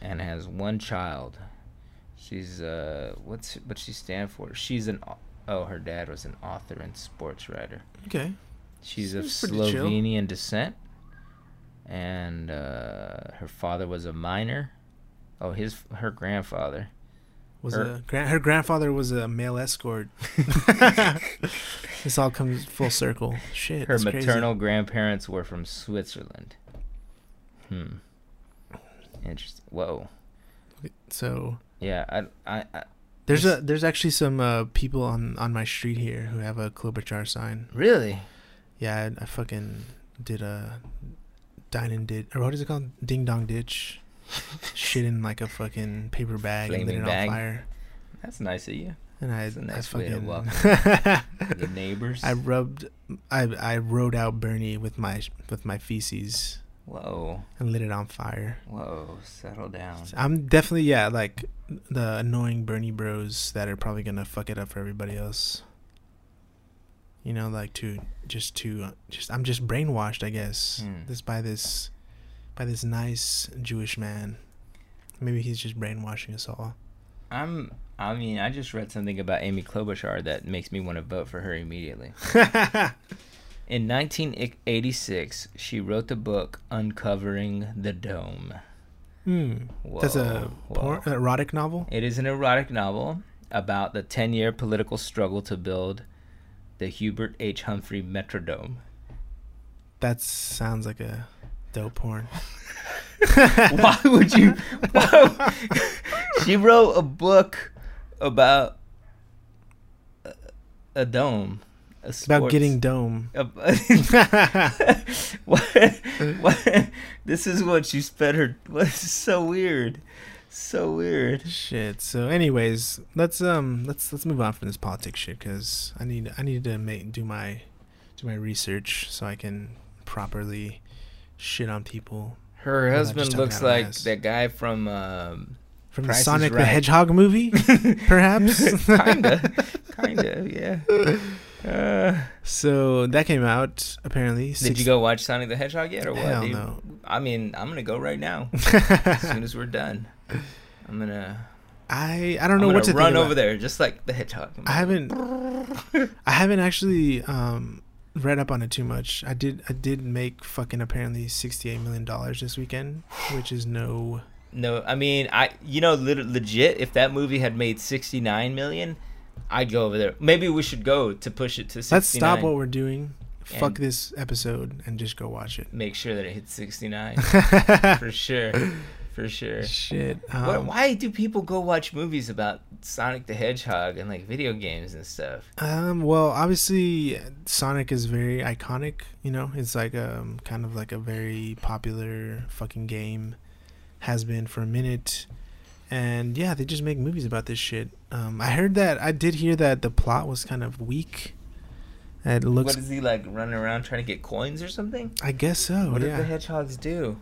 and has one child. She's uh, what's what she stand for? She's an au- oh, her dad was an author and sports writer. Okay. She's of Seems pretty chill. Slovenian descent, and uh, her father was a miner. Oh, his her grandfather. Was Her- a gran- her grandfather was a male escort. this all comes full circle. Shit. Her that's crazy. maternal grandparents were from Switzerland. Hmm. Interesting. Whoa. So Yeah. I. I. I there's Yes. a there's actually some uh, people on on my street here who have a Klobuchar sign. really. Yeah, I, I fucking did a dine and did or what is it called? Ding dong ditch. Shit in like a fucking paper bag and lit Flaming it bag. on fire. That's nice of you. And I, That's a nice I way to fucking The neighbors. I rubbed I I rode out Bernie with my with my feces whoa. and lit it on fire. Whoa. Settle down. I'm definitely yeah, like the annoying Bernie bros that are probably gonna fuck it up for everybody else. You know, like to just to uh, just I'm just brainwashed, I guess, Hmm. just by this by this nice Jewish man. Maybe he's just brainwashing us all. I'm. I mean, I just read something about Amy Klobuchar that makes me want to vote for her immediately. Hmm. In 1986, she wrote the book Uncovering the Dome. Hmm. That's a Whoa, porn, whoa. erotic novel. It is an erotic novel about the 10 year political struggle to build the Hubert H. Humphrey Metrodome. That sounds like a dope porn. Why would you? why- she wrote a book about a- a dome. A About sports- getting dome. a- what, what, this is what she spent her. What, this is so weird. So weird. Shit. So, anyways, let's um let's let's move on from this politics shit because I need I need to make do my do my research so I can properly shit on people Her Yeah, husband just looks jumping out of my like ass. that guy from. Um, from Price the is Sonic the Right. Hedgehog movie, perhaps. kinda, kinda, yeah. Uh, so that came out apparently. did you go watch Sonic the Hedgehog yet, or what? Hell dude? no. I mean, I'm gonna go right now as soon as we're done. I'm gonna. I I I don't am know gonna what to run think over about- there just like the hedgehog. I haven't I haven't actually um read up on it too much. I did I did make fucking apparently sixty eight million dollars this weekend, which is no No, I mean, I you know, lit- legit. If that movie had made 69 million, I'd go over there. Maybe we should go to push it to 69. Let's stop what we're doing. And- Fuck this episode and just go watch it. Make sure that it hits 69 for sure, for sure. Shit. Why, Um, why do people go watch movies about Sonic the Hedgehog and like video games and stuff? um, well, obviously, Sonic is very iconic. You know, it's like um, kind of like a very popular fucking game, has been for a minute, and yeah, they just make movies about this shit. Um, I heard that I did hear that the plot was kind of weak. It looks, what is he like running around trying to get coins or something? I guess so. what do the Oh, yeah. hedgehogs do?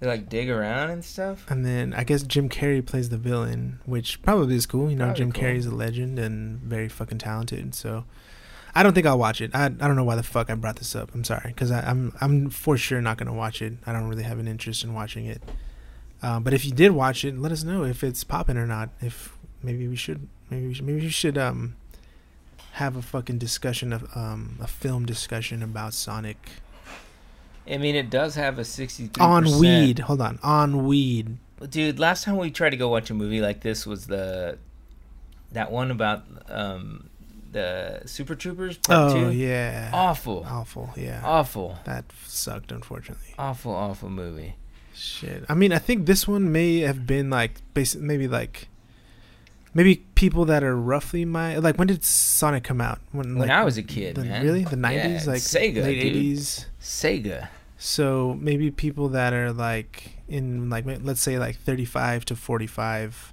They like dig around and stuff. And then I guess Jim Carrey plays the villain, which probably is cool. You know, Probably Jim cool. Carrey's a legend and very fucking talented. So I don't think I'll watch it. I, I don't know why the fuck I brought this up. I'm sorry, because I'm I'm for sure not gonna watch it. I don't really have an interest in watching it. Uh, but if you did watch it, let us know if it's popping or not. If maybe we should, maybe we should, maybe we should um have a fucking discussion of um a film discussion about Sonic I mean, it does have a 63 on weed. Hold on, on weed. Dude, last time we tried to go watch a movie like this was the that one about um the Super Troopers part Oh two. yeah. Awful, Awful, yeah. awful, That sucked, unfortunately. awful, awful movie. Shit. I mean, I think this one may have been like, basi- maybe like, maybe people that are roughly my like. When did Sonic come out? When like, I was a kid, the, man. really the nineties, Yeah, like Sega, late dude. eighties. Sega. So maybe people that are like in like ma- let's say like thirty-five to forty-five.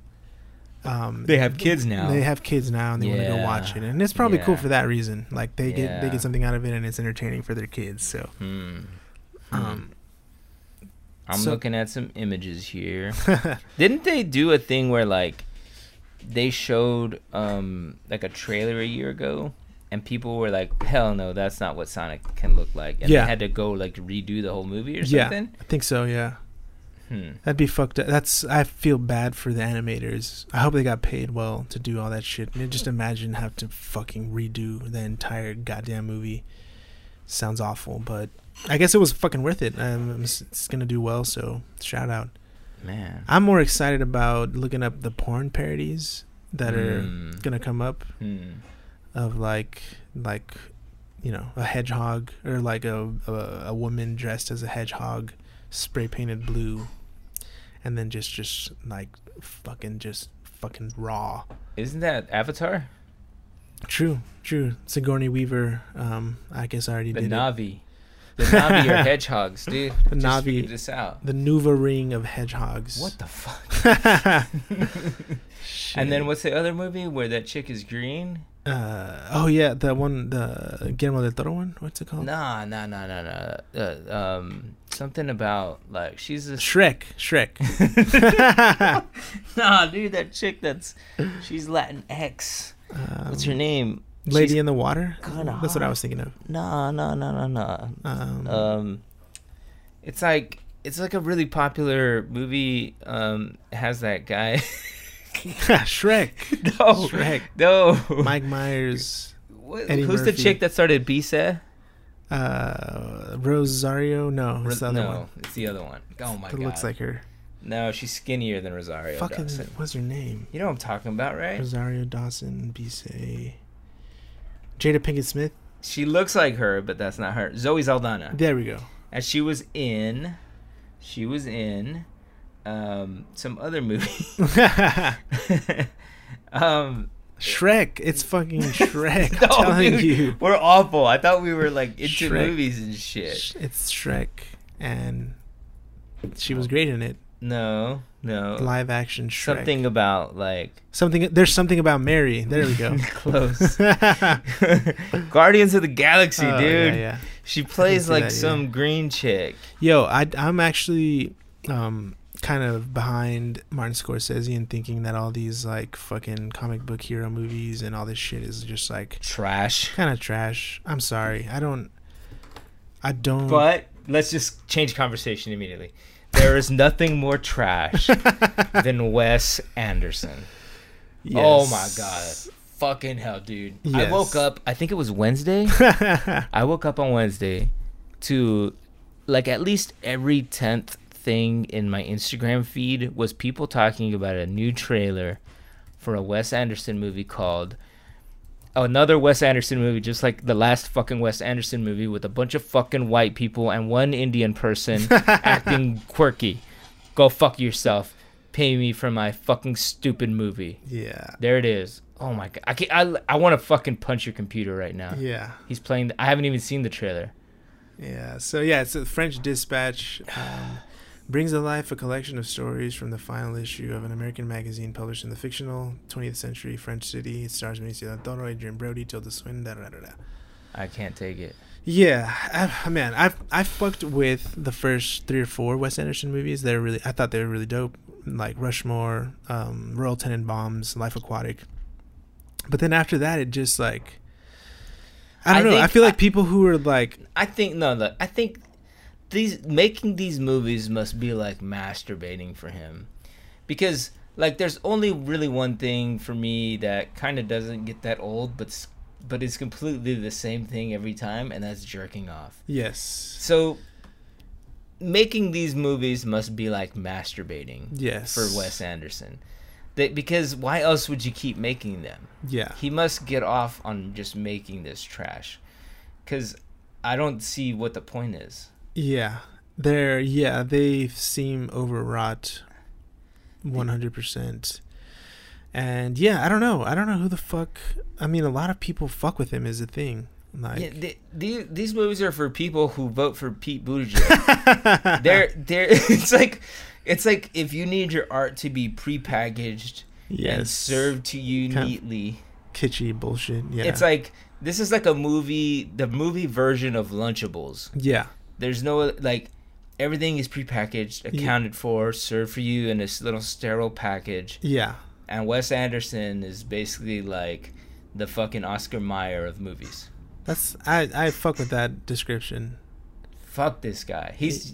Um, They have kids now. They have kids now, and they want to go Yeah. watch it, and it's probably cool Yeah. for that reason. Like they get they Yeah. get something out of it, and it's entertaining for their kids. So, Hmm. um, I'm So- looking at some images here. Didn't they do a thing where like they showed um like a trailer a year ago and people were like, "Hell no, that's not what Sonic can look like." And Yeah. they had to go like redo the whole movie or Yeah. something. I think so. Yeah. Hmm. That'd be fucked up. That's I feel bad for the animators. I hope they got paid well to do all that shit. I mean, just imagine have to fucking redo the entire goddamn movie. Sounds awful, but I guess it was fucking worth it. Um, it's, it's gonna do well, so shout out. Man. I'm more excited about looking up the porn parodies that are Mm. gonna come up Hmm. of like like you know a hedgehog or like a a, a woman dressed as a hedgehog spray painted blue and then just just like fucking just fucking raw Isn't that Avatar? true true sigourney weaver um i guess i already The did it. Navi. The Navi are hedgehogs, dude. The Just Na'vi. figured this out. the nuva ring of hedgehogs What the fuck? Shit. And then what's the other movie where that chick is green? uh oh yeah the one the guillermo del toro one what's it called Nah, nah, nah, nah, nah. Uh, um, something about like she's this. shrek shrek Nah, dude, that chick that's she's Latin X. What's her name? Um, lady She's- in the water kinda that's what i hot. was thinking of Nah, nah, nah, nah, nah. um Um, it's like it's like a really popular movie. Um, it has that guy. shrek no, Shrek. no. Mike Myers, Wh- Eddie who's the Murphy. chick that started Bisa? uh, Rosario. No, it's the other no, one. it's the other one. Oh my That god. looks like her. No, she's skinnier than Rosario. Fucking, Dawson. what's her name? You know what I'm talking about, right? Rosario Dawson, Bise, Jada Pinkett Smith. She looks like her, but that's not her. Zoe Saldana. There we go. And she was in, she was in, um, some other movie. um, Shrek. It's fucking Shrek. no, I'm telling dude, you, we're awful. I thought we were like into Shrek. movies and shit. it's Shrek, and she Oh. was great in it. No, no. Live action Shrek. Oh. Something about like Something. There's something about Mary. There we go. close. oh, Guardians of the Galaxy, yeah, dude. yeah. She plays see like that, yeah. some green chick. Yo, I, am actually um, kind of behind Martin Scorsese and thinking that all these like fucking comic book hero movies and all this shit is just like Trash. kind of trash. I'm sorry, I don't, I don't. But let's just change conversation immediately. There is nothing more trash than Wes Anderson. Oh my god. Fucking hell, dude. I Yes. woke up, I think it was Wednesday. god. I woke up on Wednesday to like at least every 10th thing in my Instagram feed was people talking about a new trailer for a Wes Anderson movie called another Wes Anderson movie just like the last fucking Wes Anderson movie with a bunch of fucking white people and one Indian person acting quirky. Go fuck yourself. Pay me for my fucking stupid movie. yeah, There it is. Oh my god. I can I I want to fucking punch your computer right now. yeah, He's playing. The, I haven't even seen the trailer. yeah. So yeah, it's a French Dispatch. Um, Brings alive a collection of stories from the final issue of an American magazine published in the fictional 20th century French city. It stars Benicio del Toro, Adrian Brody, Tilda Swinton, da da da da. I can't take it. Yeah, I, man, I've I fucked with the first three or four Wes Anderson movies. They're really, I thought they were really dope, like Rushmore, um, Royal Tenenbaums, Life Aquatic. But then after that, it just like, I I don't know. I think feel like I- people who are like, I think no. Look, I think these making these movies must be like masturbating for him, because like there's only really one thing for me that kind of doesn't get that old, but s- but it's completely the same thing every time, and that's jerking off. yes, So making these movies must be like masturbating yes, for Wes Anderson. That, because why else would you keep making them? Yeah, he must get off on just making this trash because i don't see what the point is yeah, they're yeah, they seem overwrought, one hundred percent. And yeah, I don't know. I don't know who the fuck. I mean, a lot of people fuck with him is the thing. Like, yeah, the the- these movies are for people who vote for pete buttigieg they're, they're it's like it's like if you need your art to be prepackaged and Yes. served to you Kind of- neatly kitschy bullshit. Yeah. it's like this is like a movie the movie version of lunchables yeah, there's no like everything is prepackaged accounted for served for you in this little sterile package yeah, and Wes Anderson is basically like the fucking Oscar Meyer of movies. that's I I fuck with that description. Fuck this guy. He's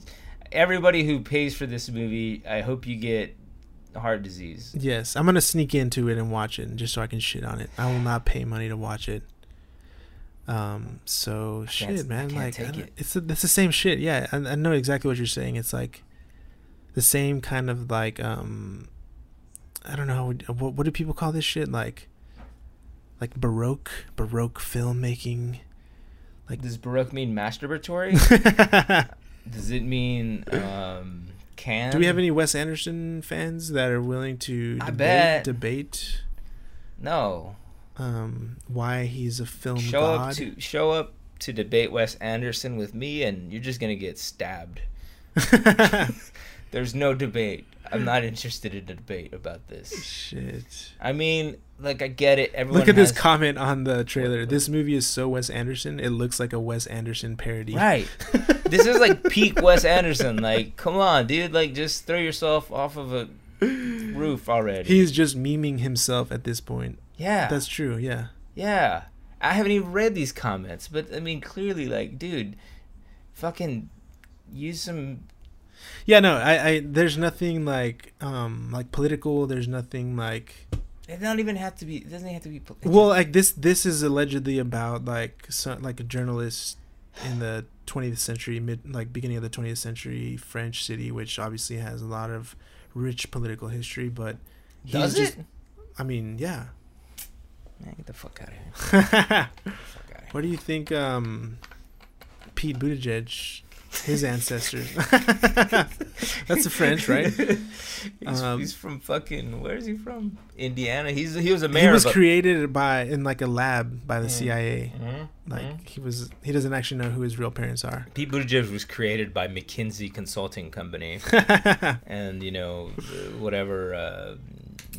everybody who pays for this movie, I hope you get heart disease. Yes, I'm gonna sneak into it and watch it just so I can shit on it. I will not pay money to watch it. Um. So shit, can't- I man. can't like take I don't- it. it's the, it's the same shit. Yeah, I, I know exactly what you're saying. It's like the same kind of like um, I don't know how would- what what do people call this shit like like baroque baroque filmmaking. Does Baroque mean masturbatory? Does it mean um, can? do we have any Wes Anderson fans that are willing to I debate, bet. debate No. um why he's a film Show Oh god? up to show up to debate Wes Anderson with me, and you're just gonna get stabbed. There's no debate. I'm not interested in a debate about this. Shit. I mean, like I get it. Everyone Look at this has- comment on the trailer. This movie is so Wes Anderson. It looks like a Wes Anderson parody. Right. this is like peak Wes Anderson. Like, come on, dude. Like, just throw yourself off of a roof already. He's just memeing himself at this point. yeah. That's true. Yeah. yeah. I haven't even read these comments, but I mean, clearly, like, dude, fucking use some. Yeah. No. I. I there's nothing like um like political. There's nothing like. It don't even have to be. It doesn't have to be. pol- Well, like this. This is allegedly about like some like a journalist in the 20th century, mid like beginning of the 20th century French city, which obviously has a lot of rich political history. But he's does just- it? I mean, yeah. Man, get the fuck out of here. Fuck outta here. What do you think, um, Pete Buttigieg, his ancestors? That's the French, right? he's, Um, he's from fucking. Where is he from? Indiana. He's he was a He mayor. was of a- created by in like a lab by the CIA. Mhm, Like mhm. he was, he doesn't actually know who his real parents are. Pete Buttigieg was created by McKinsey Consulting Company, and you know, whatever, uh,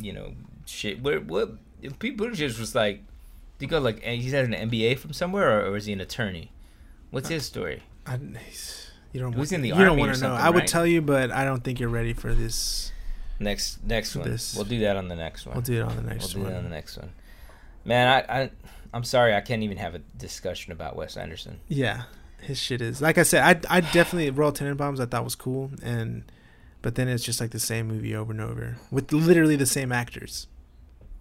you know, shit. What, what if Pete Buttigieg was like? He got like eh, he's had an MBA from somewhere, or, or is he an attorney? What's his story? I, he's- you don't. He was in the you army don't or want to know. something, I would right? tell you, but I don't think you're ready for this. Next, next one. This. We'll do that on the next one. We'll do it on the We'll next do that on the one. next one. Man, I, I, I'm sorry, I can't even have a discussion about Wes Anderson. Yeah, his shit is like I said. I I definitely Royal Tenenbaums I thought was cool, and but then it's just like the same movie over and over with literally the same actors,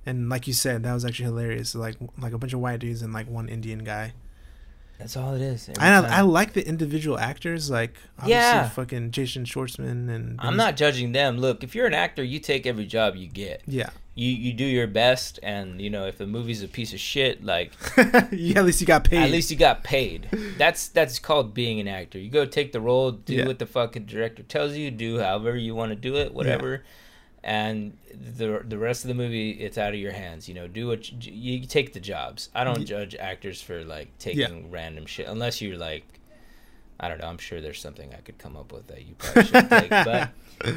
and like you said, that was actually hilarious. Like like a bunch of white dudes and like one Indian guy. That's all it is. every And I, I time. like the individual actors, like obviously Yeah. fucking Jason Schwartzman and I'm not judging them. Look, if you're an actor, you take every job you get. Yeah, You you do your best, and you know if the movie's a piece of shit, like yeah. At least you got paid. At least you got paid. That's that's called being an actor. You go take the role, do Yeah. what the fucking director tells you, do however you want to do it, whatever. And the the rest of the movie, it's out of your hands. You know, do what you, you take the jobs. I don't Ye- judge actors for like taking random shit unless you're like, I don't know. I'm sure there's something I could come up with that you probably should take, but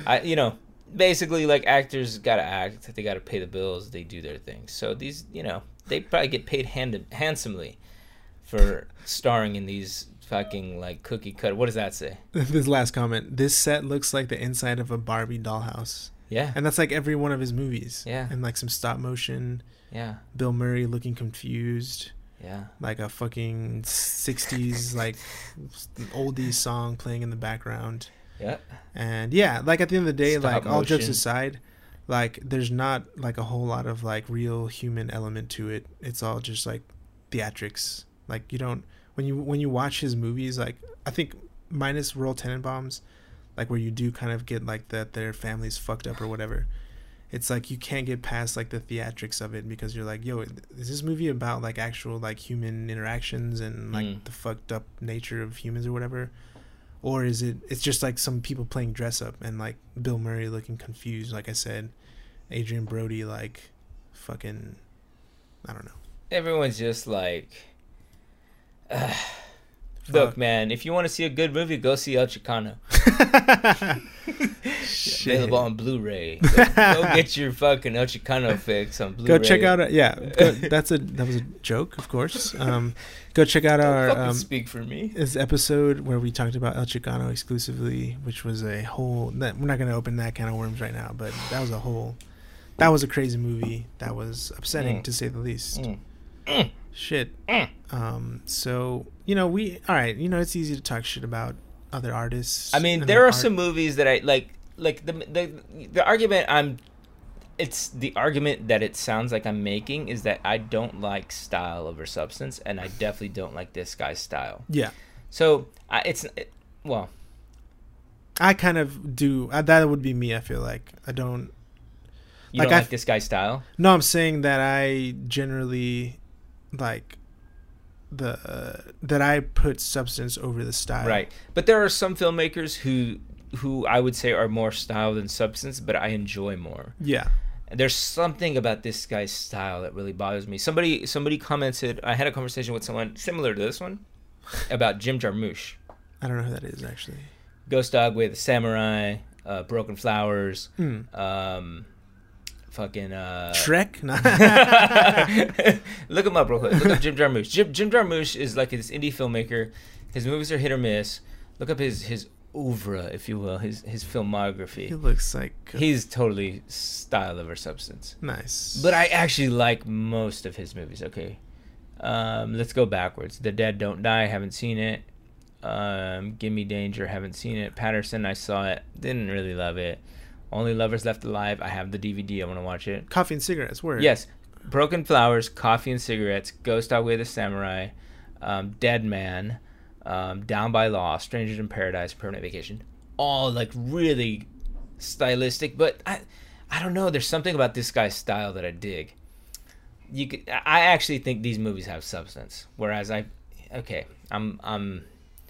I you know. Basically, like actors gotta act, they gotta pay the bills, they do their thing. So these, you know, they probably get paid hand- handsomely for starring in these fucking like cookie cutter. What does that say? this last comment. This set looks like the inside of a Barbie dollhouse, Yeah, and that's like every one of his movies. Yeah. and like some stop motion. yeah, Bill Murray looking confused, yeah. like a fucking '60s like oldie song playing in the background. Yeah. And yeah, like at the end of the day, Stop like all jokes motion. aside, like there's not like a whole lot of like real human element to it. It's all just like theatrics. Like you don't when you when you watch his movies, like I think minus Royal Tenenbaums, like where you do kind of get like that their family's fucked up or whatever. It's like you can't get past like the theatrics of it because you're like, yo, is this movie about like actual like human interactions and like Mm. the fucked up nature of humans or whatever? or is it it's just like some people playing dress up and like Bill Murray looking confused like I said Adrian Brody like fucking I don't know Everyone's just like, ugh. Fuck. look, man. If you want to see a good movie, go see El Chicano. shit Available on Blu-ray. Go, go get your fucking El Chicano fix on Blu-ray. go check out our, yeah go, that's a that was a joke of course um go check out Don't our fucking um speak for me. this episode where we talked about El Chicano exclusively which was a whole that, we're not going to open that can of worms right now but that was a whole that was a crazy movie that was upsetting Mm. to say the least Mm. shit. Mm. Um, so you know we all right. You know it's easy to talk shit about other artists. I mean, and there their are art. some movies that I like. Like the the the argument I'm, it's the argument that it sounds like I'm making is that I don't like style over substance, and I definitely don't like this guy's style. Yeah, So I, it's it- well, I kind of do. I, that would be me. I feel like I don't. you Like don't I- like this guy's style. No, I'm saying that I generally like the that I put substance over the style. Right. But there are some filmmakers who who I would say are more style than substance, but I enjoy more. Yeah. There's something about this guy's style that really bothers me. Somebody somebody commented, I had a conversation with someone similar to this one about Jim Jarmusch. I don't know who that is actually. Ghost Dog with Samurai, uh, Broken Flowers, Hmm. um fucking uh Shrek? No. look him up real quick. Look up Jim Jarmusch. Jim, Jim Jarmusch is like this indie filmmaker. His movies are hit or miss. Look up his his oeuvre, if you will, his his he filmography. looks like He's totally style over substance. nice. But I actually like most of his movies. Okay, um, let's go backwards. The Dead Don't Die. Haven't seen it. Um, Give Me Danger. Haven't seen it. Patterson. I saw it. Didn't really love it. Only Lovers Left Alive. I have the DVD. I want to watch it. coffee and cigarettes. Word. Yes. Broken Flowers, Coffee and Cigarettes, Ghost Dog with a Samurai, um, Dead Man, um, Down by Law, Strangers in Paradise, Permanent Vacation. All like really stylistic, but I, I don't know. There's something about this guy's style that I dig. You could, I I actually think these movies have substance, whereas I, okay, I'm, I'm.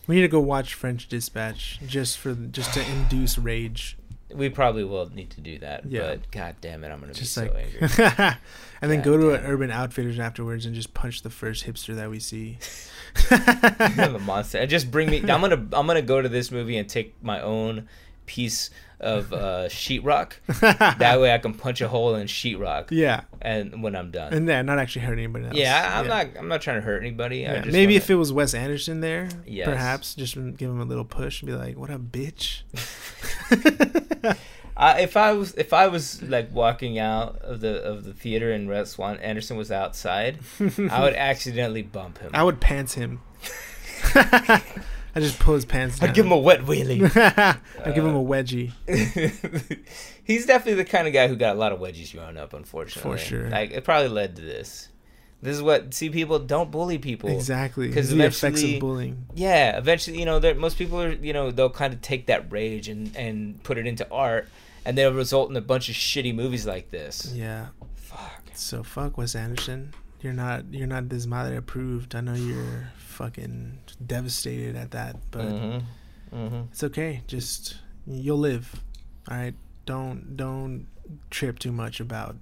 We need to go watch French Dispatch just for just to induce rage. We probably will need to do that, Yeah. but god damn it, I'm gonna Just be like so angry. and then God go to damn an it. Urban Outfitters afterwards and just punch the first hipster that we see. I'm a monster. And Just bring me. I'm gonna I'm gonna go to this movie and take my own piece of uh, sheetrock. That way I can punch a hole in sheetrock. yeah. And when I'm done. And then not actually hurt anybody else. yeah, I- I'm not I'm not trying to hurt anybody. I Yeah, just Maybe wanna- if it was Wes Anderson there, Yes. perhaps just give him a little push and be like, "What a bitch!" I, if I was if I was like walking out of the of the theater and Red Swan Anderson was outside, I would accidentally bump him. I would pants him. I just pull his pants down. I'd give him a Uh, wet wheelie. I give him a wedgie. He's definitely the kind of guy who got a lot of wedgies growing up, unfortunately. For sure. Like it probably led to this. This is what see people don't bully people. Exactly. 'Cause the effects eventually- of bullying. Yeah, eventually, you know, there- most people are, you know, they'll kind of take that rage and and put it into art, and they'll result in a bunch of shitty movies like this. Yeah. Fuck. So fuck Wes Anderson. You're not you're not this madre approved. I know you're fucking devastated at that, but hmm hmm it's okay. Just you'll live. All right. Don't don't trip too much about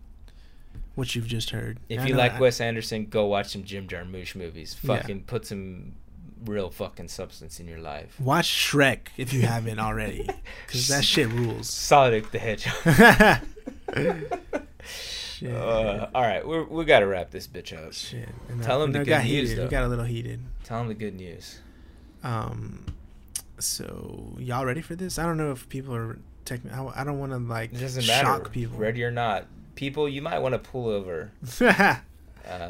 what you've just heard. If I you know like I- Wes Anderson, go watch some Jim Jarmusch movies. Yeah. Fucking put some real fucking substance in your life. watch Shrek if you haven't already, because that shit rules. Sonic the Hedgehog. Shit. Uh, all right, we're, we got to wrap this bitch up. Shit. And Tell I- him and the I good got news, heated. though. We got a little heated. Tell him the good news. Um, so y'all ready for this? I don't know if people are techni I, I don't want to like It doesn't matter. shock people. Ready or not, people, you might want to pull over. Uh,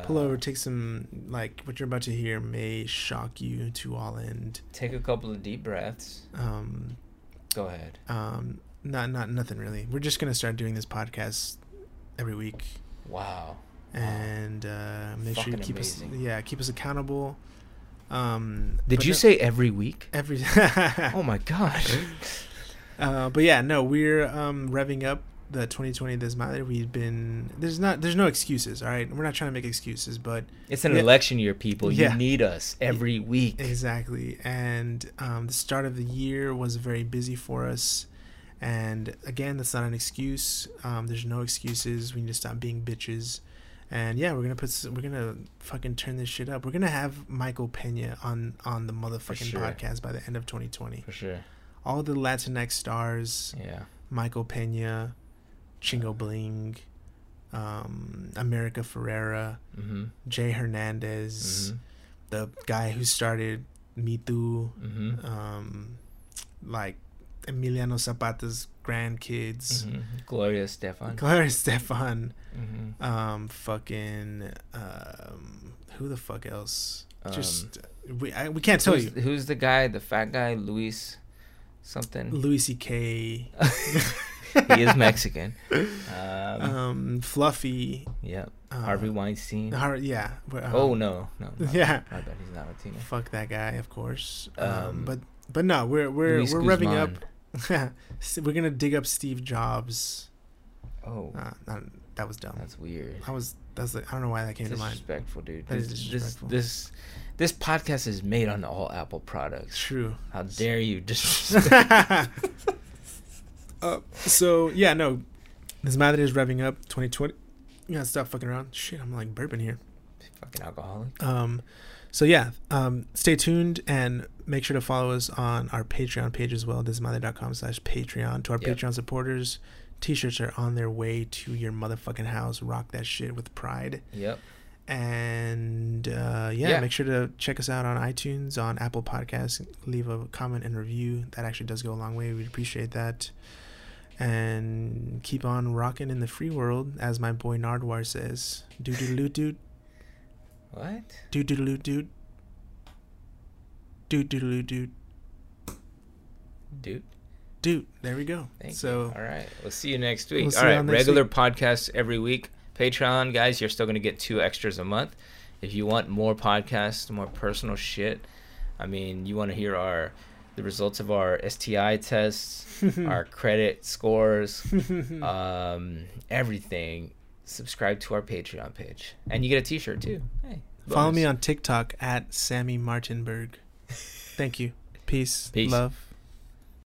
Pull over, take some like what you're about to hear may shock you to all end. Take a couple of deep breaths. Um, Go ahead. um, not not nothing really. We're just gonna start doing this podcast every week, Wow. and uh, make sure you Fucking keep us amazing. yeah keep us accountable. Um, Did but Eh. you no- say every week? every? Oh my gosh. Uh, but yeah, no, we're um, revving up the 2020 this matter. We've been there's not there's no excuses. All right, we're not trying to make excuses, but It's an Yeah. election year, people. Yeah. You need us every week. exactly. And um, the start of the year was very busy for us. And again, that's not an excuse. Um, there's no excuses. We need to stop being bitches. And yeah, we're gonna put s- we're gonna fucking turn this shit up. We're gonna have Michael Pena on on the motherfucking sure. podcast by the end of 2020. For sure. All the Latinx stars. Yeah. Michael Pena, Chingo Bling, um, America Ferrera, Mm-hmm. Jay Hernandez, Mhm. the guy who started Me Too, Mm-hmm. um, like Emiliano Zapata's grandkids, hmm Gloria Stefan. Gloria Stefan, hmm um, fucking, um, who Um, the fuck else? Just uh, we I, we can't tell Who's, you. who's the guy? The fat guy, Luis something. Louis C.K. he is Mexican. Um, Um, Fluffy. yeah. uh, Harvey Weinstein. Har- yeah. but, uh, oh no, no. no Yeah. I bet he's not Latino. Fuck that guy, of course. Um, Um, but but no, we're we're Luis we're revving Guzman. up. S- we're gonna dig up Steve Jobs. Oh, Uh, not, that was dumb. that's weird. I was that's like, I don't know why that came to mind. Disrespectful, dude. That This, is this disrespectful. this this podcast is made on all Apple products. True. How dare you disrespect? uh, so yeah, no, this matter is revving up. 2020. You gotta stop fucking around. Shit, I'm like burping here. Fucking alcoholic. Um, so yeah, um, stay tuned and make sure to follow us on our Patreon page as well. Dismother.com slash Patreon. To our Yep. Patreon supporters, t-shirts are on their way to your motherfucking house. Rock that shit with pride. Yep. And uh, yeah, Yeah. make sure to check us out on iTunes, on Apple Podcasts. Leave a comment and review. That actually does go a long way. We'd appreciate that. And keep on rocking in the free world, as my boy Nardwar says. Doo doo doo doo. What? Do do do do. Do do do do Dude. do. There we go. Thank so you. All right. We'll see you next week. We'll see All right. y'all next Regular podcasts every week. Patreon, guys, you're still going to get two extras a month. If you want more podcasts, more personal shit, I mean, you want to hear our the results of our STI tests, Hmm. our credit scores, um, everything. Subscribe to our Patreon page, and you get a T-shirt too. Hey, follow bonus. me on TikTok at Sammy Martinberg. Thank you. Peace. Peace. Love.